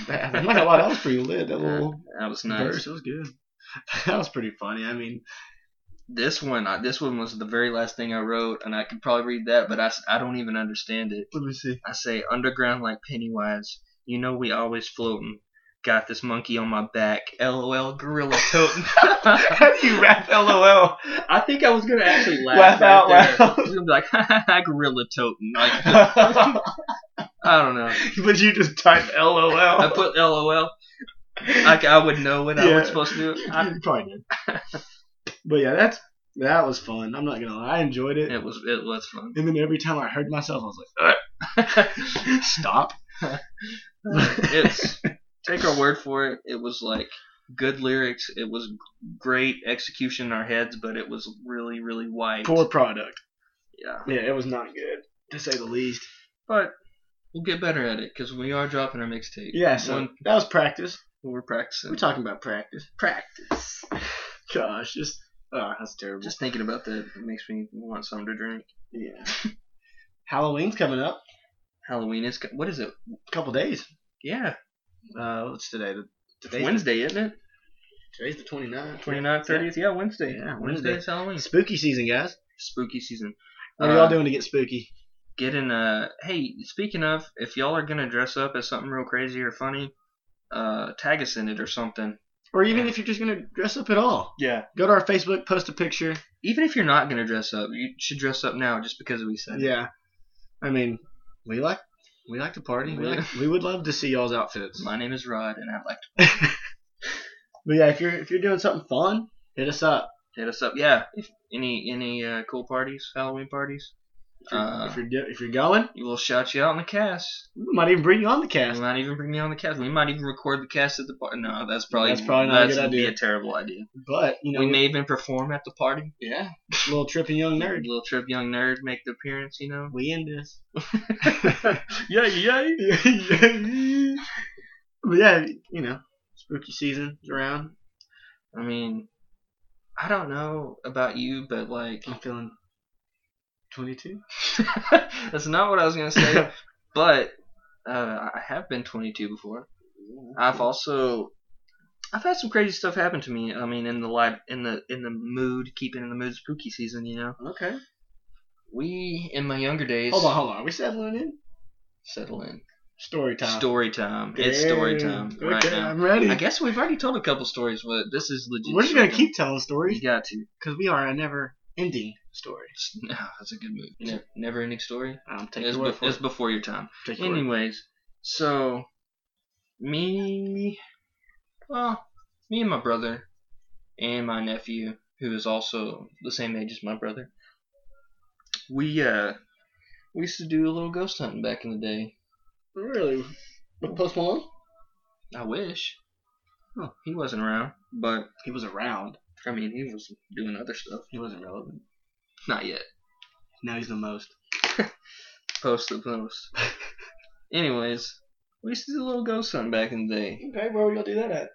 [SPEAKER 2] That, I'm not gonna lie, that was pretty lit. That little
[SPEAKER 1] That was nice.
[SPEAKER 2] verse, that was good. [LAUGHS] That was pretty funny. I mean,
[SPEAKER 1] This one, I, this one was the very last thing I wrote, and I could probably read that, but I, s- I don't even understand it.
[SPEAKER 2] let me see.
[SPEAKER 1] I say underground like Pennywise. You know we always floating. Got this monkey on my back. LOL, gorilla toting. [LAUGHS]
[SPEAKER 2] How do you rap? LOL. [LAUGHS]
[SPEAKER 1] I think I was gonna actually laugh,
[SPEAKER 2] Laugh
[SPEAKER 1] right
[SPEAKER 2] out
[SPEAKER 1] there.
[SPEAKER 2] loud.
[SPEAKER 1] I was gonna be like, [LAUGHS] ha ha ha, gorilla toting. Like,
[SPEAKER 2] but
[SPEAKER 1] I don't know.
[SPEAKER 2] [LAUGHS] you just type LOL.
[SPEAKER 1] I put LOL. Like I would know what I
[SPEAKER 2] Yeah.
[SPEAKER 1] was supposed to do.
[SPEAKER 2] [LAUGHS]
[SPEAKER 1] I,
[SPEAKER 2] you probably did. but yeah, that's that was fun. I'm not gonna lie, I enjoyed it.
[SPEAKER 1] it was it was fun.
[SPEAKER 2] And then every time I heard myself, I was like,
[SPEAKER 1] [LAUGHS]
[SPEAKER 2] "Ugh, stop. [LAUGHS]
[SPEAKER 1] it's take our word for it. It was like good lyrics. It was great execution in our heads, but it was really really white.
[SPEAKER 2] Poor product.
[SPEAKER 1] Yeah,
[SPEAKER 2] Yeah, it was not good to say the least.
[SPEAKER 1] but we'll get better at it because we are dropping our mixtape.
[SPEAKER 2] Yeah, so
[SPEAKER 1] One-
[SPEAKER 2] that was practice.
[SPEAKER 1] we're practicing.
[SPEAKER 2] We're talking about practice.
[SPEAKER 1] practice.
[SPEAKER 2] Gosh, just oh, that's terrible.
[SPEAKER 1] Just thinking about that makes me want something to drink.
[SPEAKER 2] yeah. Halloween's coming up.
[SPEAKER 1] Halloween is co- what is it?
[SPEAKER 2] A couple days.
[SPEAKER 1] Yeah,
[SPEAKER 2] Uh, what's today? The,
[SPEAKER 1] it's
[SPEAKER 2] today's
[SPEAKER 1] Wednesday, isn't it?
[SPEAKER 2] The, today's the 29th.
[SPEAKER 1] 29th, 30th. Yeah, Wednesday.
[SPEAKER 2] Yeah,
[SPEAKER 1] Wednesday
[SPEAKER 2] Wednesday.
[SPEAKER 1] is Halloween.
[SPEAKER 2] Spooky season, guys.
[SPEAKER 1] spooky season.
[SPEAKER 2] What are
[SPEAKER 1] Uh,
[SPEAKER 2] y'all doing to get spooky?
[SPEAKER 1] Getting a hey. Speaking of, if y'all are gonna dress up as something real crazy or funny, uh, tag us in it or something.
[SPEAKER 2] Or even if you're just gonna dress up at all,
[SPEAKER 1] Yeah.
[SPEAKER 2] go to our Facebook, post a picture.
[SPEAKER 1] Even if you're not gonna dress up, you should dress up now just because we said. it.
[SPEAKER 2] Yeah, I mean, we like we like to party. We like we would love to see y'all's outfits.
[SPEAKER 1] My name is Rod, and I'd like
[SPEAKER 2] [LAUGHS] But yeah, if you're if you're doing something fun, hit us up.
[SPEAKER 1] to hit us up. Yeah. If any any uh, cool parties, Halloween parties,
[SPEAKER 2] If you're,
[SPEAKER 1] Uh.
[SPEAKER 2] if you're do- if you're going,
[SPEAKER 1] we'll shout you out on the cast.
[SPEAKER 2] we might even bring you on the
[SPEAKER 1] We
[SPEAKER 2] cast.
[SPEAKER 1] might even bring you on the cast. We might even record the cast at the party. No, that's probably
[SPEAKER 2] That's probably not a
[SPEAKER 1] that's
[SPEAKER 2] good
[SPEAKER 1] would Be
[SPEAKER 2] idea.
[SPEAKER 1] a terrible idea.
[SPEAKER 2] But you know,
[SPEAKER 1] we may even perform at the party. Yeah.
[SPEAKER 2] little tripping young nerd.
[SPEAKER 1] Little trip, young nerd, make the appearance. You know.
[SPEAKER 2] We in [LAUGHS] this.
[SPEAKER 1] Yeah, yeah.
[SPEAKER 2] [LAUGHS] but yeah, you know, spooky season is around.
[SPEAKER 1] I mean, I don't know about you, but like, [LAUGHS]
[SPEAKER 2] I'm feeling 22. [LAUGHS]
[SPEAKER 1] that's not what I was gonna say. but Uh, I have been 22 before. I've also I've had some crazy stuff happen to me. I mean, in the light, in the in the mood, keeping in the mood, spooky season. You know,
[SPEAKER 2] Okay.
[SPEAKER 1] we in my younger days.
[SPEAKER 2] Hold on, hold on. Are we settling in?
[SPEAKER 1] Settle in.
[SPEAKER 2] Story time.
[SPEAKER 1] Story time. It's story time
[SPEAKER 2] Damn.
[SPEAKER 1] right
[SPEAKER 2] Okay,
[SPEAKER 1] now.
[SPEAKER 2] I'm ready.
[SPEAKER 1] I guess we've already told a couple stories, but this is legit.
[SPEAKER 2] We're just gonna
[SPEAKER 1] story
[SPEAKER 2] keep telling
[SPEAKER 1] time.
[SPEAKER 2] stories
[SPEAKER 1] You got to. [LAUGHS]
[SPEAKER 2] because we are a never-ending story.
[SPEAKER 1] It's- No, that's a good movie. Ne- never ending story.
[SPEAKER 2] I'm taking
[SPEAKER 1] It's,
[SPEAKER 2] your
[SPEAKER 1] be-
[SPEAKER 2] word for
[SPEAKER 1] it's
[SPEAKER 2] it.
[SPEAKER 1] before your time.
[SPEAKER 2] Take your word.
[SPEAKER 1] Anyways, so me, well, me and my brother and my nephew, who is also the same age as my brother, we uh we used to do a little ghost hunting back in the day.
[SPEAKER 2] Really? With Post Malone?
[SPEAKER 1] I wish
[SPEAKER 2] Huh.
[SPEAKER 1] he wasn't around, but
[SPEAKER 2] He was around.
[SPEAKER 1] I mean he was doing other stuff.
[SPEAKER 2] He wasn't relevant.
[SPEAKER 1] Not yet.
[SPEAKER 2] Now he's the most.
[SPEAKER 1] Post the post. Anyways, we used to do a little ghost hunting back in the day.
[SPEAKER 2] Okay, where would y'all do that at?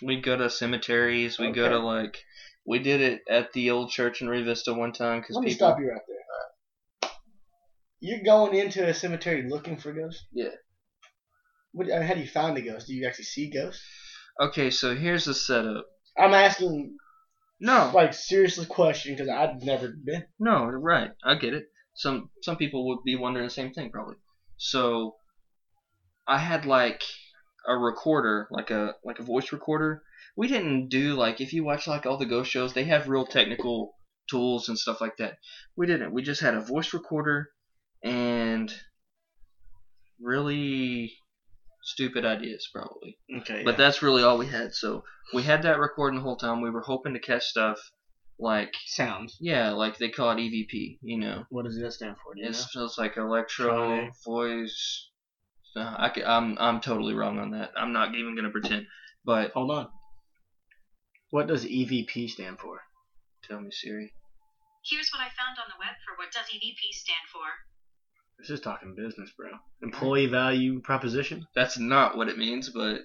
[SPEAKER 1] We go to cemeteries. We go
[SPEAKER 2] Okay.
[SPEAKER 1] to like, we did it at the old church in Rio Vista one time because
[SPEAKER 2] Let me
[SPEAKER 1] people.
[SPEAKER 2] stop you right there. You're going into a cemetery looking for ghosts?
[SPEAKER 1] Yeah.
[SPEAKER 2] What, I mean, how do you find a ghost? Do you actually see ghosts?
[SPEAKER 1] Okay, so here's the setup.
[SPEAKER 2] I'm asking
[SPEAKER 1] No,
[SPEAKER 2] like seriously question because I've never been.
[SPEAKER 1] no, right. I get it. Some some people would be wondering the same thing probably. So, I had like a recorder, like a like a voice recorder. We didn't do like if you watch like all the ghost shows, they have real technical tools and stuff like that. We didn't. We just had a voice recorder and really stupid ideas probably.
[SPEAKER 2] Okay.
[SPEAKER 1] But that's really all we had. So we had that recording the whole time. We were hoping to catch stuff like
[SPEAKER 2] sounds.
[SPEAKER 1] yeah, like they call it EVP. You know,
[SPEAKER 2] What does that stand for? Do you
[SPEAKER 1] it's just like electro
[SPEAKER 2] Electronic.
[SPEAKER 1] voice. Uh, I am I'm totally wrong on that. I'm not even gonna pretend. But
[SPEAKER 2] know? Hold on. What does EVP stand for?
[SPEAKER 1] tell me, Siri.
[SPEAKER 3] Here's what I found on the web for what does EVP stand for.
[SPEAKER 2] This is talking business, bro. Employee value proposition.
[SPEAKER 1] That's not what it means, but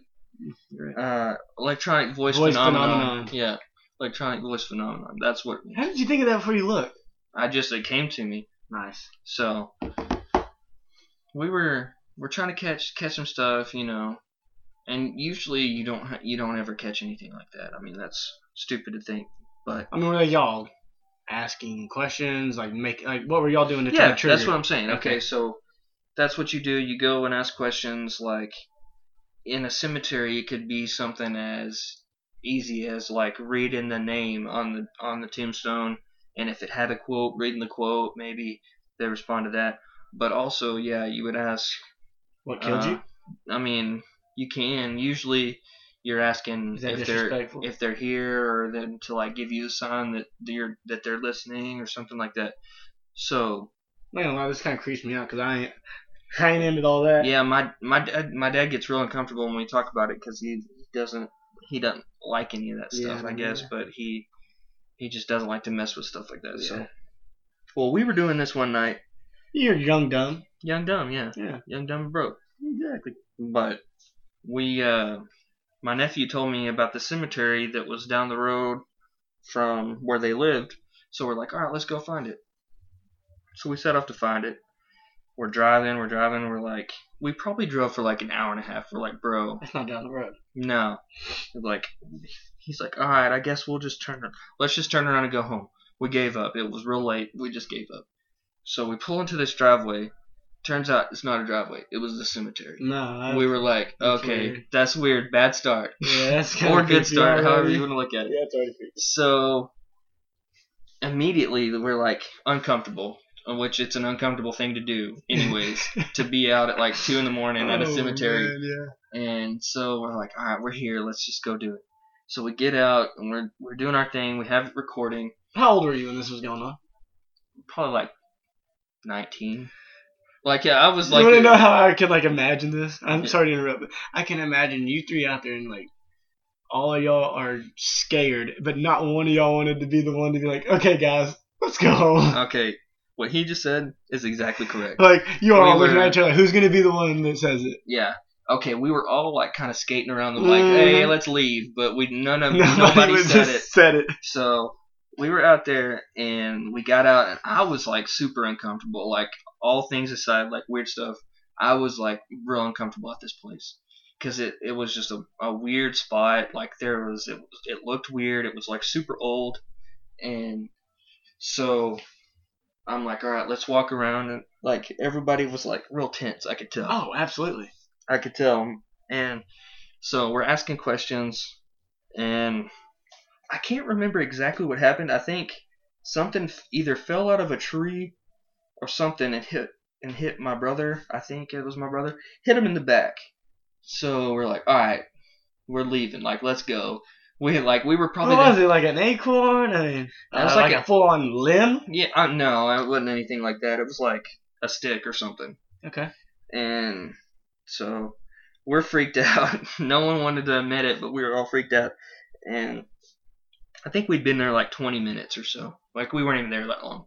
[SPEAKER 1] uh, electronic voice,
[SPEAKER 2] Voice
[SPEAKER 1] phenomenon.
[SPEAKER 2] phenomenon.
[SPEAKER 1] Yeah, electronic voice phenomenon. That's what it means.
[SPEAKER 2] How did you think of that before you looked?
[SPEAKER 1] I just it came to me.
[SPEAKER 2] Nice.
[SPEAKER 1] So we were we're trying to catch catch some stuff, you know, and usually you don't ha- you don't ever catch anything like that. I mean that's stupid to think, but
[SPEAKER 2] I mean, were y'all asking questions? Like, make like, what were y'all doing to try
[SPEAKER 1] yeah,
[SPEAKER 2] to trigger?
[SPEAKER 1] that's what I'm saying. Okay.
[SPEAKER 2] Okay.
[SPEAKER 1] so that's what you do. You go and ask questions like in a cemetery. It could be something as easy as like reading the name on the on the tombstone, and if it had a quote, reading the quote. Maybe they respond to that. But also, yeah, you would ask
[SPEAKER 2] What killed
[SPEAKER 1] Uh,
[SPEAKER 2] you?
[SPEAKER 1] I mean, you can. Usually, you're asking
[SPEAKER 2] Is that
[SPEAKER 1] if they're
[SPEAKER 2] disrespectful?
[SPEAKER 1] if they're here or then to like give you a sign that they're that they're listening or something like that. So
[SPEAKER 2] Man, a lot of this kind of creeps me out because I ain't, I ain't into all that.
[SPEAKER 1] yeah, my my dad my dad gets real uncomfortable when we talk about it because he doesn't he doesn't like any of that
[SPEAKER 2] Yeah,
[SPEAKER 1] stuff.
[SPEAKER 2] I
[SPEAKER 1] I
[SPEAKER 2] know
[SPEAKER 1] guess,
[SPEAKER 2] that.
[SPEAKER 1] but he he just doesn't like to mess with stuff like that.
[SPEAKER 2] Yeah.
[SPEAKER 1] So well, we were doing this one night.
[SPEAKER 2] You're young, dumb.
[SPEAKER 1] Young dumb, yeah,
[SPEAKER 2] Yeah.
[SPEAKER 1] young dumb and broke.
[SPEAKER 2] Exactly.
[SPEAKER 1] but we uh my nephew told me about the cemetery that was down the road from where they lived so we're like all right let's go find it so we set off to find it we're driving we're driving we're like we probably drove for like an hour and a half we're like bro
[SPEAKER 2] That's not down the road.
[SPEAKER 1] no like he's like all right i guess we'll just turn let's just turn around and go home we gave up it was real late we just gave up so we pull into this driveway turns out it's not a driveway it was the cemetery
[SPEAKER 2] No. That,
[SPEAKER 1] we were like,
[SPEAKER 2] That's
[SPEAKER 1] okay,
[SPEAKER 2] weird.
[SPEAKER 1] that's weird. Bad start.
[SPEAKER 2] yeah, that's
[SPEAKER 1] [LAUGHS]
[SPEAKER 2] kind
[SPEAKER 1] or
[SPEAKER 2] of
[SPEAKER 1] good start, however you want to look at it.
[SPEAKER 2] Yeah, it's already creepy.
[SPEAKER 1] So, immediately we're like uncomfortable, which it's an uncomfortable thing to do,
[SPEAKER 2] [LAUGHS]
[SPEAKER 1] anyways, to be out at like 2 in the morning at a
[SPEAKER 2] Oh,
[SPEAKER 1] cemetery.
[SPEAKER 2] man, yeah.
[SPEAKER 1] And so we're like, all right, we're here. Let's just go do it. So we get out and we're, we're doing our thing. We have it recording,
[SPEAKER 2] How old were you when this was going on?
[SPEAKER 1] probably like 19. Like, yeah, I was
[SPEAKER 2] you
[SPEAKER 1] like,
[SPEAKER 2] want to know how I can like imagine this? I'm
[SPEAKER 1] Yeah.
[SPEAKER 2] sorry to interrupt, but I can imagine you three out there and like all of y'all are scared, but not one of y'all wanted to be the one to be like, okay, guys, let's go
[SPEAKER 1] [LAUGHS]
[SPEAKER 2] home.
[SPEAKER 1] okay, what he just said is exactly correct.
[SPEAKER 2] [LAUGHS] like you
[SPEAKER 1] we
[SPEAKER 2] are all looking
[SPEAKER 1] were-
[SPEAKER 2] at each other, like, who's gonna be the one that says it?
[SPEAKER 1] Yeah. Okay, we were all like kind of skating around the like,
[SPEAKER 2] Mhm.
[SPEAKER 1] hey, let's leave, but we none
[SPEAKER 2] [LAUGHS]
[SPEAKER 1] of nobody,
[SPEAKER 2] would
[SPEAKER 1] said
[SPEAKER 2] just
[SPEAKER 1] it.
[SPEAKER 2] said it.
[SPEAKER 1] So we were out there and we got out, and I was like super uncomfortable. Like all things aside, like weird stuff, I was like real uncomfortable at this place because it, it was just a, a weird spot. Like there was it was- it looked weird. It was like super old, and so I'm like, all right, let's walk around. And like everybody was like real tense. I could tell.
[SPEAKER 2] Oh, absolutely.
[SPEAKER 1] I could tell. And so we're asking questions, and I can't remember exactly what happened. I think something f- either fell out of a tree or something and hit and hit my brother. I think it was my brother. Hit him in the back. So we're like, all right, we're leaving. Like, let's go. We like we were probably
[SPEAKER 2] What was it like an acorn? I mean,
[SPEAKER 1] That was
[SPEAKER 2] uh,
[SPEAKER 1] like
[SPEAKER 2] like,
[SPEAKER 1] a-
[SPEAKER 2] a full-on limb.
[SPEAKER 1] yeah uh, no, it wasn't anything like that. It was like a stick or something.
[SPEAKER 2] Okay.
[SPEAKER 1] and so we're freaked out. [LAUGHS] no one wanted to admit it, but we were all freaked out. And I think we'd been there like 20 minutes or so. Like we weren't even there that long.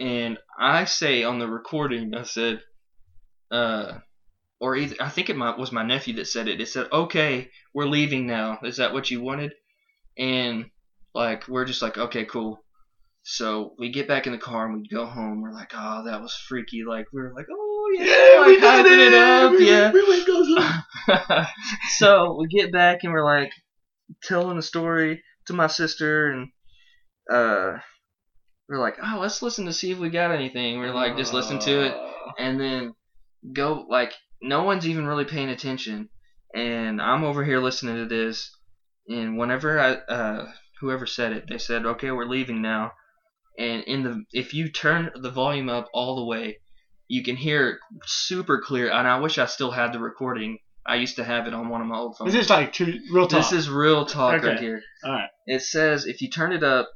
[SPEAKER 1] And I say on the recording, I said, uh, or either I think it might, was my nephew that said it. It said, "Okay, we're leaving now. Is that what you wanted?" And like we're just like, "Okay, cool." So we get back in the car and we go home. We're like, "Oh, that was freaky!" Like we were like, "Oh yeah, like, hyping up,
[SPEAKER 2] We-
[SPEAKER 1] yeah."
[SPEAKER 2] we went goes
[SPEAKER 1] [LAUGHS]
[SPEAKER 2] up.
[SPEAKER 1] so we get back and we're like telling the story to my sister and uh we're like oh let's listen to see if we got anything we're like just listen to it and then go like no one's even really paying attention and i'm over here listening to this and whenever i uh whoever said it they said okay we're leaving now and in the if you turn the volume up all the way you can hear it super clear and i wish i still had the recording i used to have it on one of my old phones
[SPEAKER 2] Is this like true, real talk?
[SPEAKER 1] this is real talk right
[SPEAKER 2] Okay.
[SPEAKER 1] here.
[SPEAKER 2] Alright.
[SPEAKER 1] It says if you turn it up,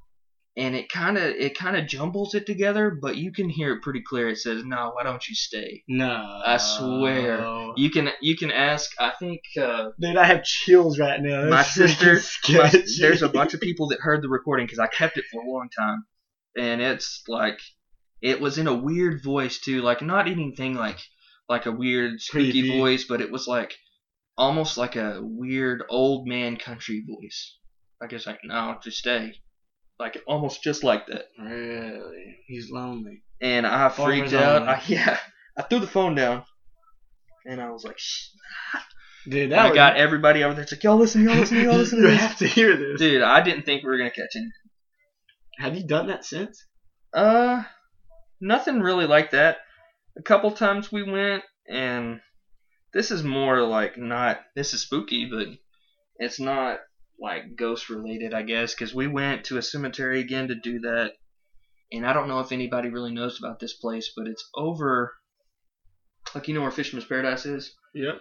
[SPEAKER 1] and it kind of it kind of jumbles it together, but you can hear it pretty clear. It says, "No, why don't you stay?"
[SPEAKER 2] no.
[SPEAKER 1] I swear. You can you can ask. I think uh,
[SPEAKER 2] Dude, I have chills right now. [LAUGHS]
[SPEAKER 1] My
[SPEAKER 2] That's freaking
[SPEAKER 1] sister- my-
[SPEAKER 2] sketchy.
[SPEAKER 1] there's
[SPEAKER 2] [LAUGHS]
[SPEAKER 1] a bunch of people that heard the recording because I kept it for a long time, and it's like it was in a weird voice too, like not anything like like a weird squeaky
[SPEAKER 2] Creepy.
[SPEAKER 1] voice, but it was like almost like a weird old man country voice. Like it's like no, just stay, like almost just like that.
[SPEAKER 2] Really? He's lonely.
[SPEAKER 1] And I
[SPEAKER 2] Farmers
[SPEAKER 1] freaked out.
[SPEAKER 2] only.
[SPEAKER 1] I, [LAUGHS] yeah, I threw the phone down, and I was like, Shh.
[SPEAKER 2] Dude,
[SPEAKER 1] And
[SPEAKER 2] that
[SPEAKER 1] I
[SPEAKER 2] was- [LAUGHS]
[SPEAKER 1] got everybody over there. It's like y'all listen, y'all listen, [LAUGHS] y'all listen.
[SPEAKER 2] you [LAUGHS]
[SPEAKER 1] To this.
[SPEAKER 2] have to hear this.
[SPEAKER 1] Dude, I didn't think we were gonna catch anything.
[SPEAKER 2] Have you done that since?
[SPEAKER 1] Uh, nothing really like that. A couple times we went, and this is more like not. This is spooky, but it's not like ghost related, I guess, because we went to a cemetery again to do that. And I don't know if anybody really knows about this place, but it's over. Like you know where Fisherman's Paradise is?
[SPEAKER 2] Yep.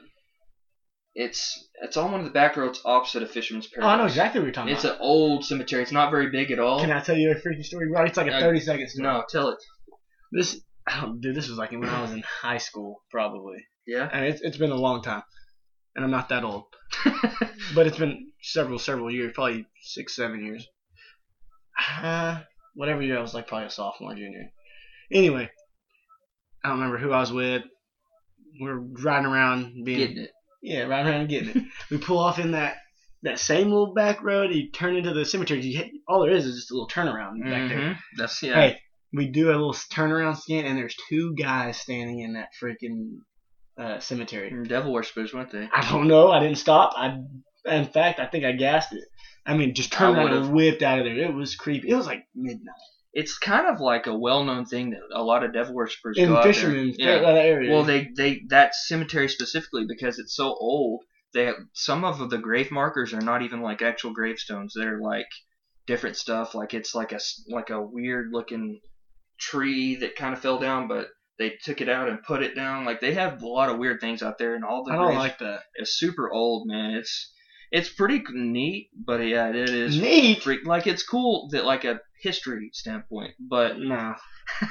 [SPEAKER 1] It's it's on one of the back roads opposite of Fisherman's
[SPEAKER 2] Oh,
[SPEAKER 1] Paradise.
[SPEAKER 2] I know exactly what you're talking
[SPEAKER 1] It's
[SPEAKER 2] about.
[SPEAKER 1] an old cemetery. It's not very big at all.
[SPEAKER 2] Can I tell you a freaking story? Right, it's like
[SPEAKER 1] Uh,
[SPEAKER 2] a 30 second story.
[SPEAKER 1] no, tell it.
[SPEAKER 2] This, oh, dude, this was like when I was in high school, probably.
[SPEAKER 1] Yeah.
[SPEAKER 2] I mean, it's, it's been a long time, and I'm not
[SPEAKER 1] [LAUGHS]
[SPEAKER 2] that old. but it's been several, several years, probably six, seven years. Uh, whatever year I was like, probably a sophomore, junior. Anyway, I don't remember who I was with. We're riding around being
[SPEAKER 1] Getting it.
[SPEAKER 2] yeah, riding
[SPEAKER 1] [LAUGHS]
[SPEAKER 2] around getting it. we pull off in that that same little back road. You turn into the cemetery. You hit, all there is is just a little turnaround back there.
[SPEAKER 1] Mhm. That's yeah.
[SPEAKER 2] Hey, we do a little turnaround scan, and there's two guys standing in that freaking uh, cemetery.
[SPEAKER 1] They're Devil worshippers, weren't they?
[SPEAKER 2] I don't know. I didn't stop. I, in fact, I think I gassed it. I mean, just
[SPEAKER 1] I
[SPEAKER 2] turned around
[SPEAKER 1] would've.
[SPEAKER 2] and whipped out of there. It was creepy. It was like midnight.
[SPEAKER 1] It's kind of like a well-known thing that a lot of devil worshippers
[SPEAKER 2] In
[SPEAKER 1] go out there.
[SPEAKER 2] fishermen,
[SPEAKER 1] Yeah.
[SPEAKER 2] that, that area.
[SPEAKER 1] Well, they they that cemetery specifically because it's so old. They some of the grave markers are not even like actual gravestones. They're like different stuff. Like it's like a s- like a weird looking tree that kind of fell down, but they took it out and put it down. Like they have a lot of weird things out there, and all the
[SPEAKER 2] I don't
[SPEAKER 1] graves
[SPEAKER 2] like that.
[SPEAKER 1] it's super old, man. It's it's pretty neat, but yeah, it is
[SPEAKER 2] Neat.
[SPEAKER 1] freak like it's cool that like a history standpoint but
[SPEAKER 2] No,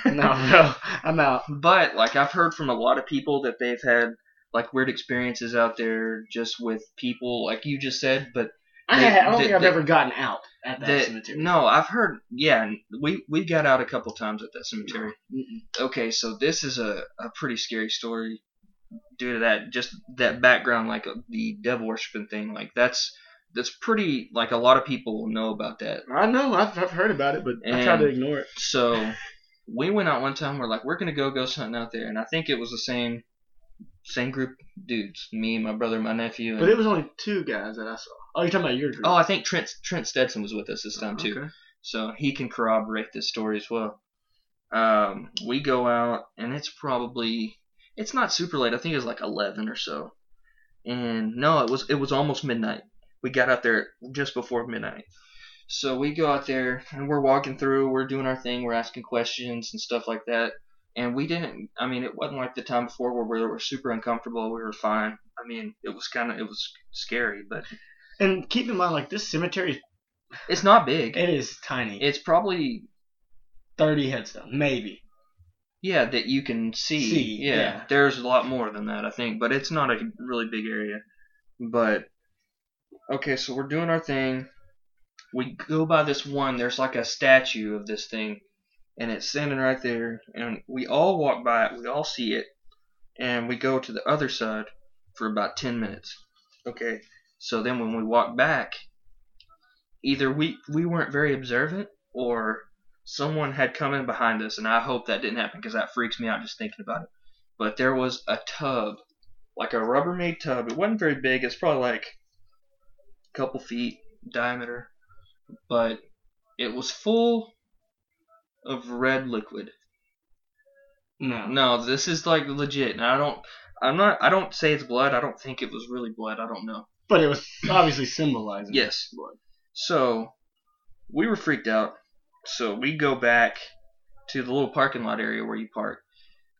[SPEAKER 2] no, [LAUGHS] no. I'm out.
[SPEAKER 1] but like i've heard from a lot of people that they've had like weird experiences out there just with people like you just said but
[SPEAKER 2] I,
[SPEAKER 1] They-
[SPEAKER 2] I don't
[SPEAKER 1] they-
[SPEAKER 2] think I've
[SPEAKER 1] they-
[SPEAKER 2] ever gotten out at that,
[SPEAKER 1] that
[SPEAKER 2] cemetery.
[SPEAKER 1] no i've heard yeah we we got out a couple times at that cemetery
[SPEAKER 2] Mm-mm.
[SPEAKER 1] okay so this is a, a pretty scary story due to that just that background like the devil worshiping thing like that's that's pretty like a lot of people know about that
[SPEAKER 2] I know. I've, I've heard about it, but I try
[SPEAKER 1] And-
[SPEAKER 2] to ignore it. [LAUGHS]
[SPEAKER 1] So we went out one time. We're like, we're gonna go ghost hunting out there, and I think it was the same Same group of dudes. Me, my brother, my nephew. And,
[SPEAKER 2] But it was only two guys that I saw. Oh, you're talking about your group.
[SPEAKER 1] oh, I think Trent Trent Stetson was with us this time too.
[SPEAKER 2] Okay.
[SPEAKER 1] so he can corroborate this story as well. Um, we go out, and it's probably it's not super late. I think it was like eleven or so. And no, it was it was almost midnight. We got out there just before midnight. So we go out there and we're walking through, we're doing our thing, we're asking questions and stuff like that. And we didn't I mean, it wasn't like the time before where we were super uncomfortable, we were fine. I mean, it was kind of it was scary, but
[SPEAKER 2] And keep in mind, like this cemetery,
[SPEAKER 1] it's not big.
[SPEAKER 2] it is tiny.
[SPEAKER 1] It's probably
[SPEAKER 2] Thirty headstones, maybe.
[SPEAKER 1] Yeah, that you can see.
[SPEAKER 2] See,
[SPEAKER 1] yeah.
[SPEAKER 2] yeah.
[SPEAKER 1] there's a lot more than that, I think, but it's not a really big area. But okay, so we're doing our thing. We go by this one. There's like a statue of this thing, and it's standing right there. And we all walk by it. We all see it, and we go to the other side for about ten minutes. Okay, so then when we walk back, either we we weren't very observant, or someone had come in behind us, and I hope that didn't happen because that freaks me out just thinking about it. But there was a tub, like a Rubbermaid tub. It wasn't very big. It's probably like a couple feet diameter, but it was full of red liquid.
[SPEAKER 2] No.
[SPEAKER 1] No, this is like legit. And I don't, I'm not, I don't say it's blood. I don't think it was really blood. I don't know.
[SPEAKER 2] But it was obviously symbolizing.
[SPEAKER 1] Yes.
[SPEAKER 2] blood.
[SPEAKER 1] So we were freaked out. So we go back to the little parking lot area where you park,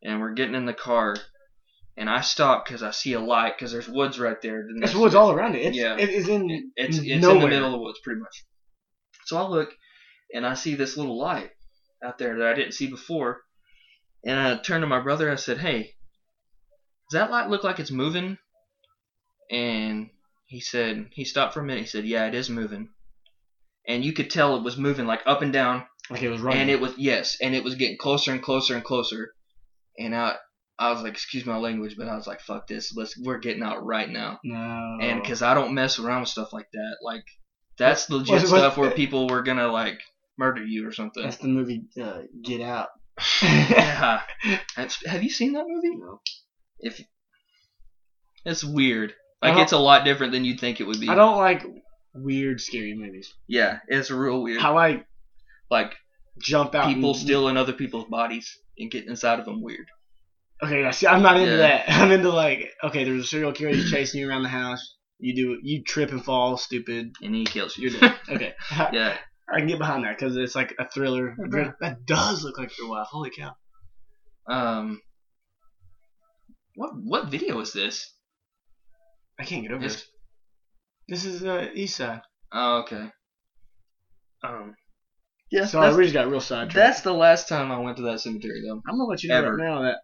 [SPEAKER 1] and we're getting in the car. And I stop because I see a light because there's woods right there. The
[SPEAKER 2] It's
[SPEAKER 1] next-
[SPEAKER 2] woods all around it. It's,
[SPEAKER 1] Yeah.
[SPEAKER 2] It is in.
[SPEAKER 1] it- It's it's in the
[SPEAKER 2] nowhere.
[SPEAKER 1] middle of the woods pretty much. So I look, and I see this little light out there that I didn't see before. And I turned to my brother. I said, "Hey, does that light look like it's moving?" And he said he stopped for a minute. He said, "Yeah, it is moving." And you could tell it was moving like up and down,
[SPEAKER 2] Like it was running.
[SPEAKER 1] and it was yes, and it was getting closer and closer and closer. And I, I was like, "Excuse my language," but I was like, "Fuck this! Let's we're getting out right now."
[SPEAKER 2] No.
[SPEAKER 1] And 'cause I don't mess around with stuff like that. Like that's legit
[SPEAKER 2] was- was-
[SPEAKER 1] stuff where people were gonna like murder you or
[SPEAKER 2] [LAUGHS]
[SPEAKER 1] something.
[SPEAKER 2] that's the movie uh, Get Out.
[SPEAKER 1] yeah. [LAUGHS] That's- have you seen that movie?
[SPEAKER 2] No.
[SPEAKER 1] If it's weird.
[SPEAKER 2] I
[SPEAKER 1] Like
[SPEAKER 2] don't-
[SPEAKER 1] it's a lot different than you'd think it would be.
[SPEAKER 2] I don't like weird scary movies.
[SPEAKER 1] Yeah, it's real weird.
[SPEAKER 2] I like
[SPEAKER 1] like
[SPEAKER 2] jump out.
[SPEAKER 1] people
[SPEAKER 2] and-
[SPEAKER 1] stealing other people's bodies and getting inside of them. Weird.
[SPEAKER 2] Okay, I see. I'm not into
[SPEAKER 1] Yeah.
[SPEAKER 2] that. [LAUGHS] I'm into like okay, there's a serial killer he's chasing you around the house. You do you trip and fall, stupid.
[SPEAKER 1] And he kills you.
[SPEAKER 2] You're dead. Okay,
[SPEAKER 1] [LAUGHS] yeah.
[SPEAKER 2] [LAUGHS] I can get behind that because it's like a thriller.
[SPEAKER 1] Oh, bro.
[SPEAKER 2] That does look like your wife. Holy cow!
[SPEAKER 1] Um. What what video is this?
[SPEAKER 2] I can't get over
[SPEAKER 1] It's-
[SPEAKER 2] this. This is uh, East Side.
[SPEAKER 1] oh, okay. Um. Yeah.
[SPEAKER 2] Sorry, we just got real sidetracked.
[SPEAKER 1] That's the last time I went to that cemetery, though.
[SPEAKER 2] I'm gonna let you know
[SPEAKER 1] Ever.
[SPEAKER 2] right now that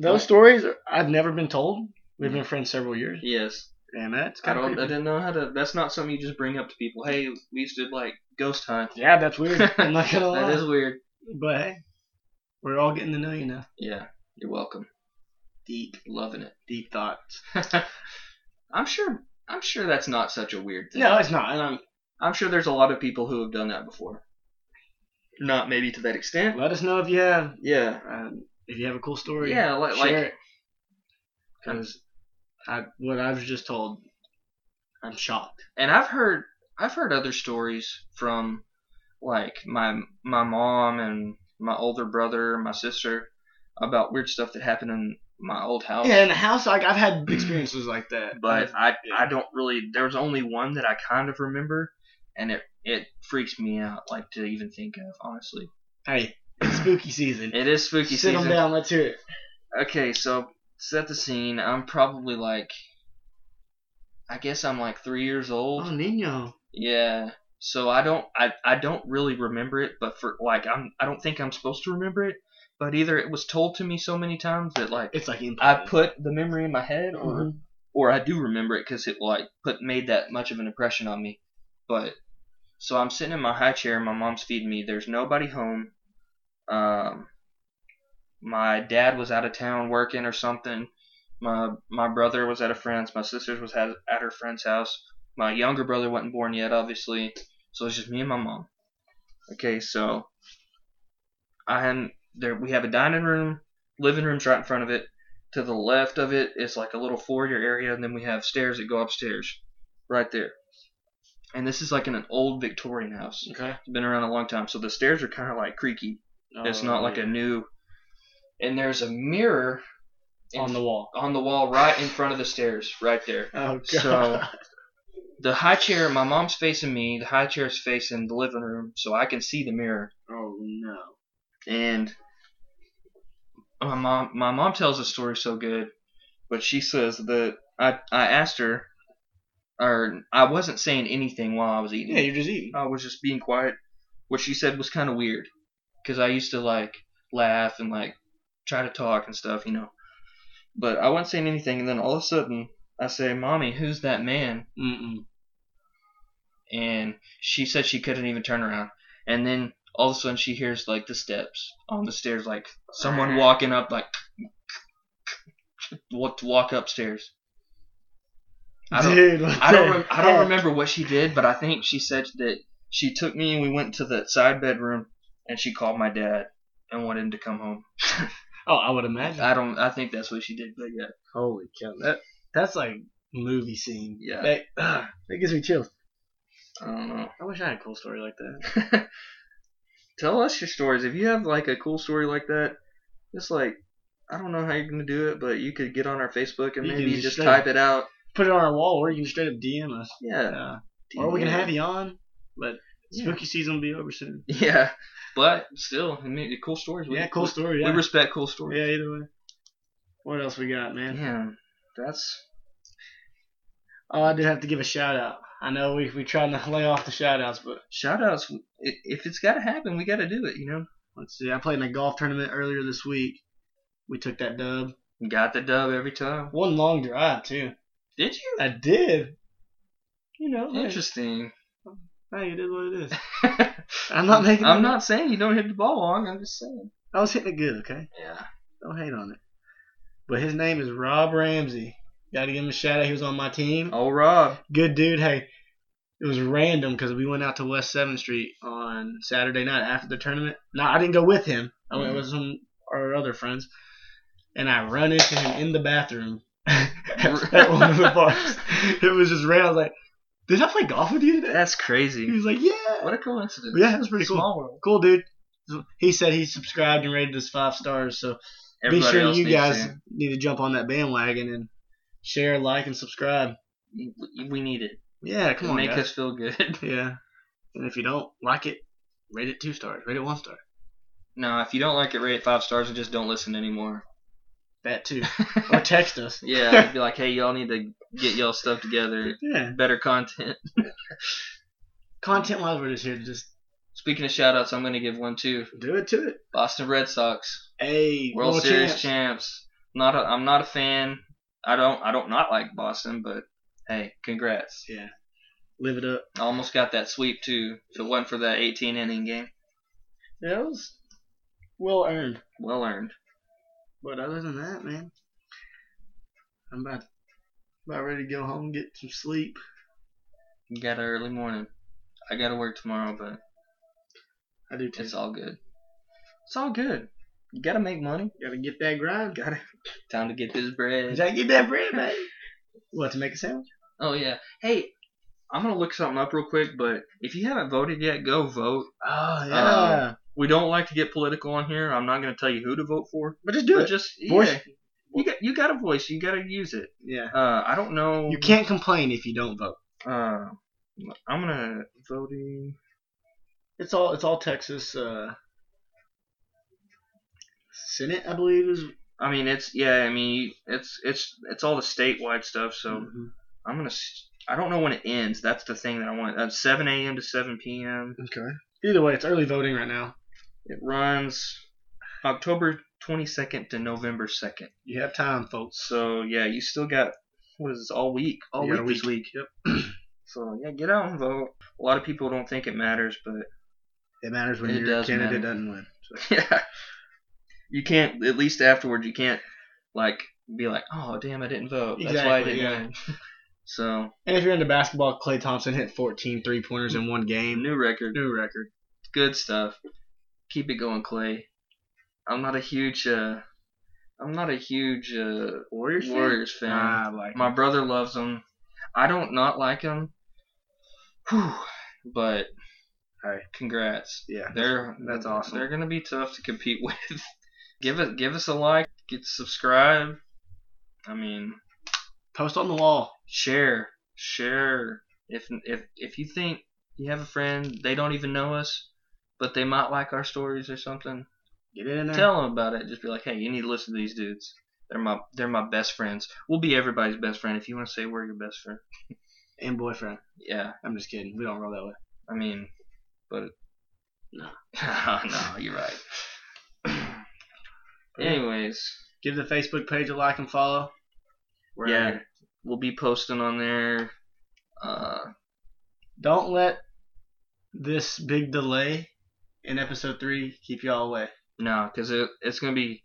[SPEAKER 2] those
[SPEAKER 1] What?
[SPEAKER 2] stories are, I've never been told. We've been friends several years,
[SPEAKER 1] Yes,
[SPEAKER 2] and that's
[SPEAKER 1] I
[SPEAKER 2] kind
[SPEAKER 1] don't. I
[SPEAKER 2] of
[SPEAKER 1] didn't know how to. That's not something you just bring up to people. Hey, we used to like ghost [LAUGHS] hunt.
[SPEAKER 2] yeah, that's weird. I'm not gonna lie,
[SPEAKER 1] That is weird.
[SPEAKER 2] but hey, we're all getting to know you now.
[SPEAKER 1] Yeah, you're welcome.
[SPEAKER 2] Deep,
[SPEAKER 1] Loving it.
[SPEAKER 2] deep thoughts.
[SPEAKER 1] [LAUGHS] I'm sure. I'm sure that's not such a weird thing.
[SPEAKER 2] No, it's not, and I'm
[SPEAKER 1] I'm sure there's a lot of people who have done that before. Not maybe to that extent.
[SPEAKER 2] Let us know if you have
[SPEAKER 1] Yeah.
[SPEAKER 2] uh, if you have a cool story.
[SPEAKER 1] Yeah, like,
[SPEAKER 2] share
[SPEAKER 1] like
[SPEAKER 2] it. Because I, what I was just told, I'm shocked.
[SPEAKER 1] and I've heard I've heard other stories from like my my mom and my older brother and my sister about weird stuff that happened in my old house.
[SPEAKER 2] Yeah, in the house, like
[SPEAKER 1] [CLEARS THROAT]
[SPEAKER 2] I've had experiences like that,
[SPEAKER 1] Oh. But I
[SPEAKER 2] Yeah.
[SPEAKER 1] I don't really there was only one that I kind of remember and it it freaks me out like to even think of honestly.
[SPEAKER 2] hey, it's spooky season.
[SPEAKER 1] It is spooky
[SPEAKER 2] Sit
[SPEAKER 1] season.
[SPEAKER 2] them down. Let's hear it.
[SPEAKER 1] Okay, so set the scene. I'm probably like I guess I'm like 3 years old.
[SPEAKER 2] Oh, Nino.
[SPEAKER 1] Yeah. So I don't I, I don't really remember it, but for like I'm I don't think I'm supposed to remember it, but either it was told to me so many times that like
[SPEAKER 2] It's like imploded.
[SPEAKER 1] I put the memory in my head or
[SPEAKER 2] Mhm.
[SPEAKER 1] or I do remember it cuz it like put made that much of an impression on me. But so I'm sitting in my high chair, my mom's feeding me. There's nobody home. Um my dad was out of town working or something. My my brother was at a friend's, my sister's was at, at her friend's house my younger brother wasn't born yet, obviously, so it's just me and my mom. Okay, so I am there. We have a dining room, living room's right in front of it. to the left of it is like a little foyer area, and then we have stairs that go upstairs, right there. And this is like in an old Victorian house.
[SPEAKER 2] Okay.
[SPEAKER 1] It's been around a long time, so the stairs are kind of like creaky. it's
[SPEAKER 2] Oh,
[SPEAKER 1] not like a new. And there's a mirror in-
[SPEAKER 2] on the wall.
[SPEAKER 1] on the wall right in front of the stairs, right there.
[SPEAKER 2] Oh god.
[SPEAKER 1] So the high chair, my mom's facing me. The high chair is facing the living room, so I can see the mirror.
[SPEAKER 2] oh no.
[SPEAKER 1] And my mom, my mom tells the story so good, but she says that I, I asked her, or I wasn't saying anything while I was eating.
[SPEAKER 2] Yeah, you're just eating.
[SPEAKER 1] I uh, was just being quiet. What she said was kind of weird, because I used to like laugh and like try to talk and stuff, you know. But I wasn't saying anything, and then all of a sudden I say, "Mommy, who's that man?"
[SPEAKER 2] Mm-mm.
[SPEAKER 1] And she said she couldn't even turn around. And then all of a sudden she hears like the steps on the stairs, like someone walking up, like [LAUGHS] walk walk upstairs. I don't-
[SPEAKER 2] Dude, what
[SPEAKER 1] I don't.
[SPEAKER 2] the
[SPEAKER 1] Rem- I don't
[SPEAKER 2] [LAUGHS] heck?
[SPEAKER 1] remember what she did, but I think she said that she took me and we went to the side bedroom, and she called my dad and wanted him to come home.
[SPEAKER 2] Oh, I would imagine.
[SPEAKER 1] I don't. I think that's what she did, but yeah.
[SPEAKER 2] Holy cow. That that's like movie scene.
[SPEAKER 1] Yeah.
[SPEAKER 2] That, ugh, that gives me chills.
[SPEAKER 1] I don't know.
[SPEAKER 2] I wish I had a cool story like that.
[SPEAKER 1] [LAUGHS] Tell us your stories. If you have like a cool story like that, just like I don't know how you're gonna do it, but you could get on our Facebook and
[SPEAKER 2] You
[SPEAKER 1] maybe
[SPEAKER 2] can
[SPEAKER 1] just,
[SPEAKER 2] just say-
[SPEAKER 1] type it out.
[SPEAKER 2] Put it on our wall, or you can straight up DM us.
[SPEAKER 1] Yeah.
[SPEAKER 2] Uh, or we can have you on. But
[SPEAKER 1] Yeah.
[SPEAKER 2] spooky season will be over soon.
[SPEAKER 1] Yeah, but still, I mean, cool stories. We-
[SPEAKER 2] Yeah, cool
[SPEAKER 1] we-
[SPEAKER 2] story. Yeah.
[SPEAKER 1] We respect cool stories.
[SPEAKER 2] yeah, either way. What else we got, man?
[SPEAKER 1] Damn, that's
[SPEAKER 2] Oh, I did have to give a shout out. I know we we try not to lay off the shout outs, but
[SPEAKER 1] shout outs if it's got to happen we got to do it you know
[SPEAKER 2] let's see. I played in a golf tournament earlier this week. We took that dub.
[SPEAKER 1] got the dub every time
[SPEAKER 2] One long drive too.
[SPEAKER 1] did you
[SPEAKER 2] I did. You know, hey,
[SPEAKER 1] interesting
[SPEAKER 2] hey, it is what it is. [LAUGHS]
[SPEAKER 1] i'm
[SPEAKER 2] not making
[SPEAKER 1] i'm
[SPEAKER 2] it
[SPEAKER 1] not saying you don't hit the ball long i'm just saying
[SPEAKER 2] I was hitting it good, okay?
[SPEAKER 1] yeah
[SPEAKER 2] Don't hate on it. But his name is Rob Ramsey. Got to give him a shout out. He was on my team.
[SPEAKER 1] oh rob
[SPEAKER 2] Good dude. Hey, it was random because we went out to West 7th Street on Saturday night after the tournament. No, I didn't go with him. I
[SPEAKER 1] Mm-hmm.
[SPEAKER 2] went with some our other friends. And I run into him in the bathroom [LAUGHS] at at one of the
[SPEAKER 1] [LAUGHS]
[SPEAKER 2] bars. It was just random. I was like, did I play golf with you today?
[SPEAKER 1] that's
[SPEAKER 2] He
[SPEAKER 1] crazy
[SPEAKER 2] was like, yeah.
[SPEAKER 1] what a coincidence
[SPEAKER 2] Yeah, it was pretty cool.
[SPEAKER 1] small world
[SPEAKER 2] Cool, dude. He said he subscribed and rated us five stars, so
[SPEAKER 1] Everybody
[SPEAKER 2] be sure
[SPEAKER 1] else
[SPEAKER 2] you
[SPEAKER 1] needs
[SPEAKER 2] guys
[SPEAKER 1] to.
[SPEAKER 2] need to jump on that bandwagon and share, like, and subscribe.
[SPEAKER 1] We- we need it
[SPEAKER 2] Yeah,
[SPEAKER 1] to
[SPEAKER 2] come on,
[SPEAKER 1] make
[SPEAKER 2] guys.
[SPEAKER 1] us feel good [LAUGHS]
[SPEAKER 2] Yeah, and if you don't like it, rate it two stars, rate it one star.
[SPEAKER 1] no if you don't like it rate it five stars and just don't listen
[SPEAKER 2] [LAUGHS]
[SPEAKER 1] anymore [LAUGHS]
[SPEAKER 2] That too, or text us.
[SPEAKER 1] yeah it'd be like hey y'all need to get y'all stuff together
[SPEAKER 2] Yeah,
[SPEAKER 1] better content
[SPEAKER 2] content wise, we're just here to just
[SPEAKER 1] Speaking of shout outs, I'm going to give one too.
[SPEAKER 2] do it to it.
[SPEAKER 1] Boston Red Sox,
[SPEAKER 2] Hey,
[SPEAKER 1] World
[SPEAKER 2] more
[SPEAKER 1] Series
[SPEAKER 2] chance.
[SPEAKER 1] champs. Not a, I'm not a fan. I don't I don't not like Boston, but hey, congrats.
[SPEAKER 2] Yeah, live it up.
[SPEAKER 1] I almost got that sweep too. If it wasn't for that 18 inning game,
[SPEAKER 2] Yeah, it was well earned.
[SPEAKER 1] well earned.
[SPEAKER 2] But other than that, man, I'm about about ready to go home and get some sleep.
[SPEAKER 1] You got an early morning. I got to work tomorrow, but
[SPEAKER 2] I do too.
[SPEAKER 1] it's all good. It's all good. You got to make money.
[SPEAKER 2] Gotta get that grind. Gotta
[SPEAKER 1] Time to get this bread.
[SPEAKER 2] gotta get that bread, man. What to make a sandwich?
[SPEAKER 1] Oh yeah. Hey, I'm gonna look something up real quick. But if you haven't voted yet, go vote.
[SPEAKER 2] Oh
[SPEAKER 1] yeah. We don't like to get political on here. I'm not going to tell you who to vote for.
[SPEAKER 2] but just do
[SPEAKER 1] But
[SPEAKER 2] it.
[SPEAKER 1] Just yeah.
[SPEAKER 2] Voice-
[SPEAKER 1] You got you got a voice. You got to use it.
[SPEAKER 2] yeah.
[SPEAKER 1] Uh, I don't know.
[SPEAKER 2] You can't complain if you don't vote.
[SPEAKER 1] Uh, I'm gonna voting.
[SPEAKER 2] It's all it's all Texas uh, Senate, I believe is.
[SPEAKER 1] I mean, it's yeah. I mean, it's it's it's all the statewide stuff. So
[SPEAKER 2] Mm. Mm-hmm.
[SPEAKER 1] I'm gonna. s- I don't know when it ends. That's the thing that I want. Uh, 7 a.m. to 7 p.m.
[SPEAKER 2] okay. Either way, it's early voting right now.
[SPEAKER 1] It runs October 22nd to November 2nd.
[SPEAKER 2] You have time, folks.
[SPEAKER 1] So yeah, you still got what is this all week? All
[SPEAKER 2] You got
[SPEAKER 1] week,
[SPEAKER 2] a
[SPEAKER 1] this week. Yep. so yeah, get out and vote. A lot of people don't think it matters, but
[SPEAKER 2] It matters when
[SPEAKER 1] It
[SPEAKER 2] your
[SPEAKER 1] does matter.
[SPEAKER 2] candidate doesn't win.
[SPEAKER 1] [LAUGHS]
[SPEAKER 2] So.
[SPEAKER 1] yeah, you can't. At least afterward, you can't like be like, oh damn, I didn't vote. That's why I
[SPEAKER 2] Exactly,
[SPEAKER 1] didn't
[SPEAKER 2] yeah.
[SPEAKER 1] win. [LAUGHS] so
[SPEAKER 2] And if you're into basketball, Clay Thompson hit 14 three pointers in one game.
[SPEAKER 1] new record,
[SPEAKER 2] New record.
[SPEAKER 1] good stuff. Keep it going, Clay. I'm not a huge uh, I'm not a huge uh,
[SPEAKER 2] Warriors. fan?
[SPEAKER 1] Warriors fan.
[SPEAKER 2] Nah, I like.
[SPEAKER 1] My brother loves them. I don't not like them. Whew. But
[SPEAKER 2] Hey.
[SPEAKER 1] congrats.
[SPEAKER 2] yeah,
[SPEAKER 1] They're
[SPEAKER 2] that's awesome.
[SPEAKER 1] They're gonna be tough to compete [LAUGHS] with. give it give us a like, get subscribe. I mean,
[SPEAKER 2] post on the wall.
[SPEAKER 1] share share if if if you think you have a friend they don't even know us but they might like our stories or something
[SPEAKER 2] Get it in there.
[SPEAKER 1] tell them about it just be like hey you need to listen to these dudes they're my they're my best friends we'll be everybody's best friend if you want to say we're your best friend
[SPEAKER 2] and boyfriend.
[SPEAKER 1] yeah
[SPEAKER 2] I'm just kidding. We don't roll that way.
[SPEAKER 1] i mean but [LAUGHS]
[SPEAKER 2] No.
[SPEAKER 1] no you're [CLEARS THROAT] right anyways
[SPEAKER 2] Give the Facebook page a like and follow. We're out
[SPEAKER 1] yeah
[SPEAKER 2] here.
[SPEAKER 1] we'll be posting on there uh
[SPEAKER 2] Don't let this big delay in episode three keep y'all away.
[SPEAKER 1] no because it, it's gonna be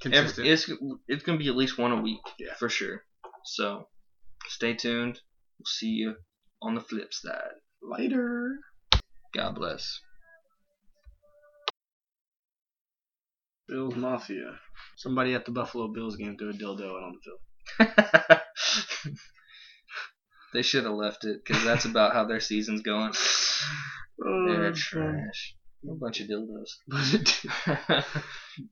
[SPEAKER 2] Consistent.
[SPEAKER 1] Every, it's it's gonna be at least one a week
[SPEAKER 2] Yeah.
[SPEAKER 1] for sure. So stay tuned. We'll see you on the flip side.
[SPEAKER 2] Later.
[SPEAKER 1] God bless. [LAUGHS]
[SPEAKER 2] Bills Mafia. Somebody at the Buffalo Bills game threw a dildo out on the field.
[SPEAKER 1] they should have left it because that's about how their season's
[SPEAKER 2] [LAUGHS]
[SPEAKER 1] going. They're
[SPEAKER 2] Oh, that's
[SPEAKER 1] [LAUGHS]
[SPEAKER 2] funny.
[SPEAKER 1] trash. A bunch of dildos.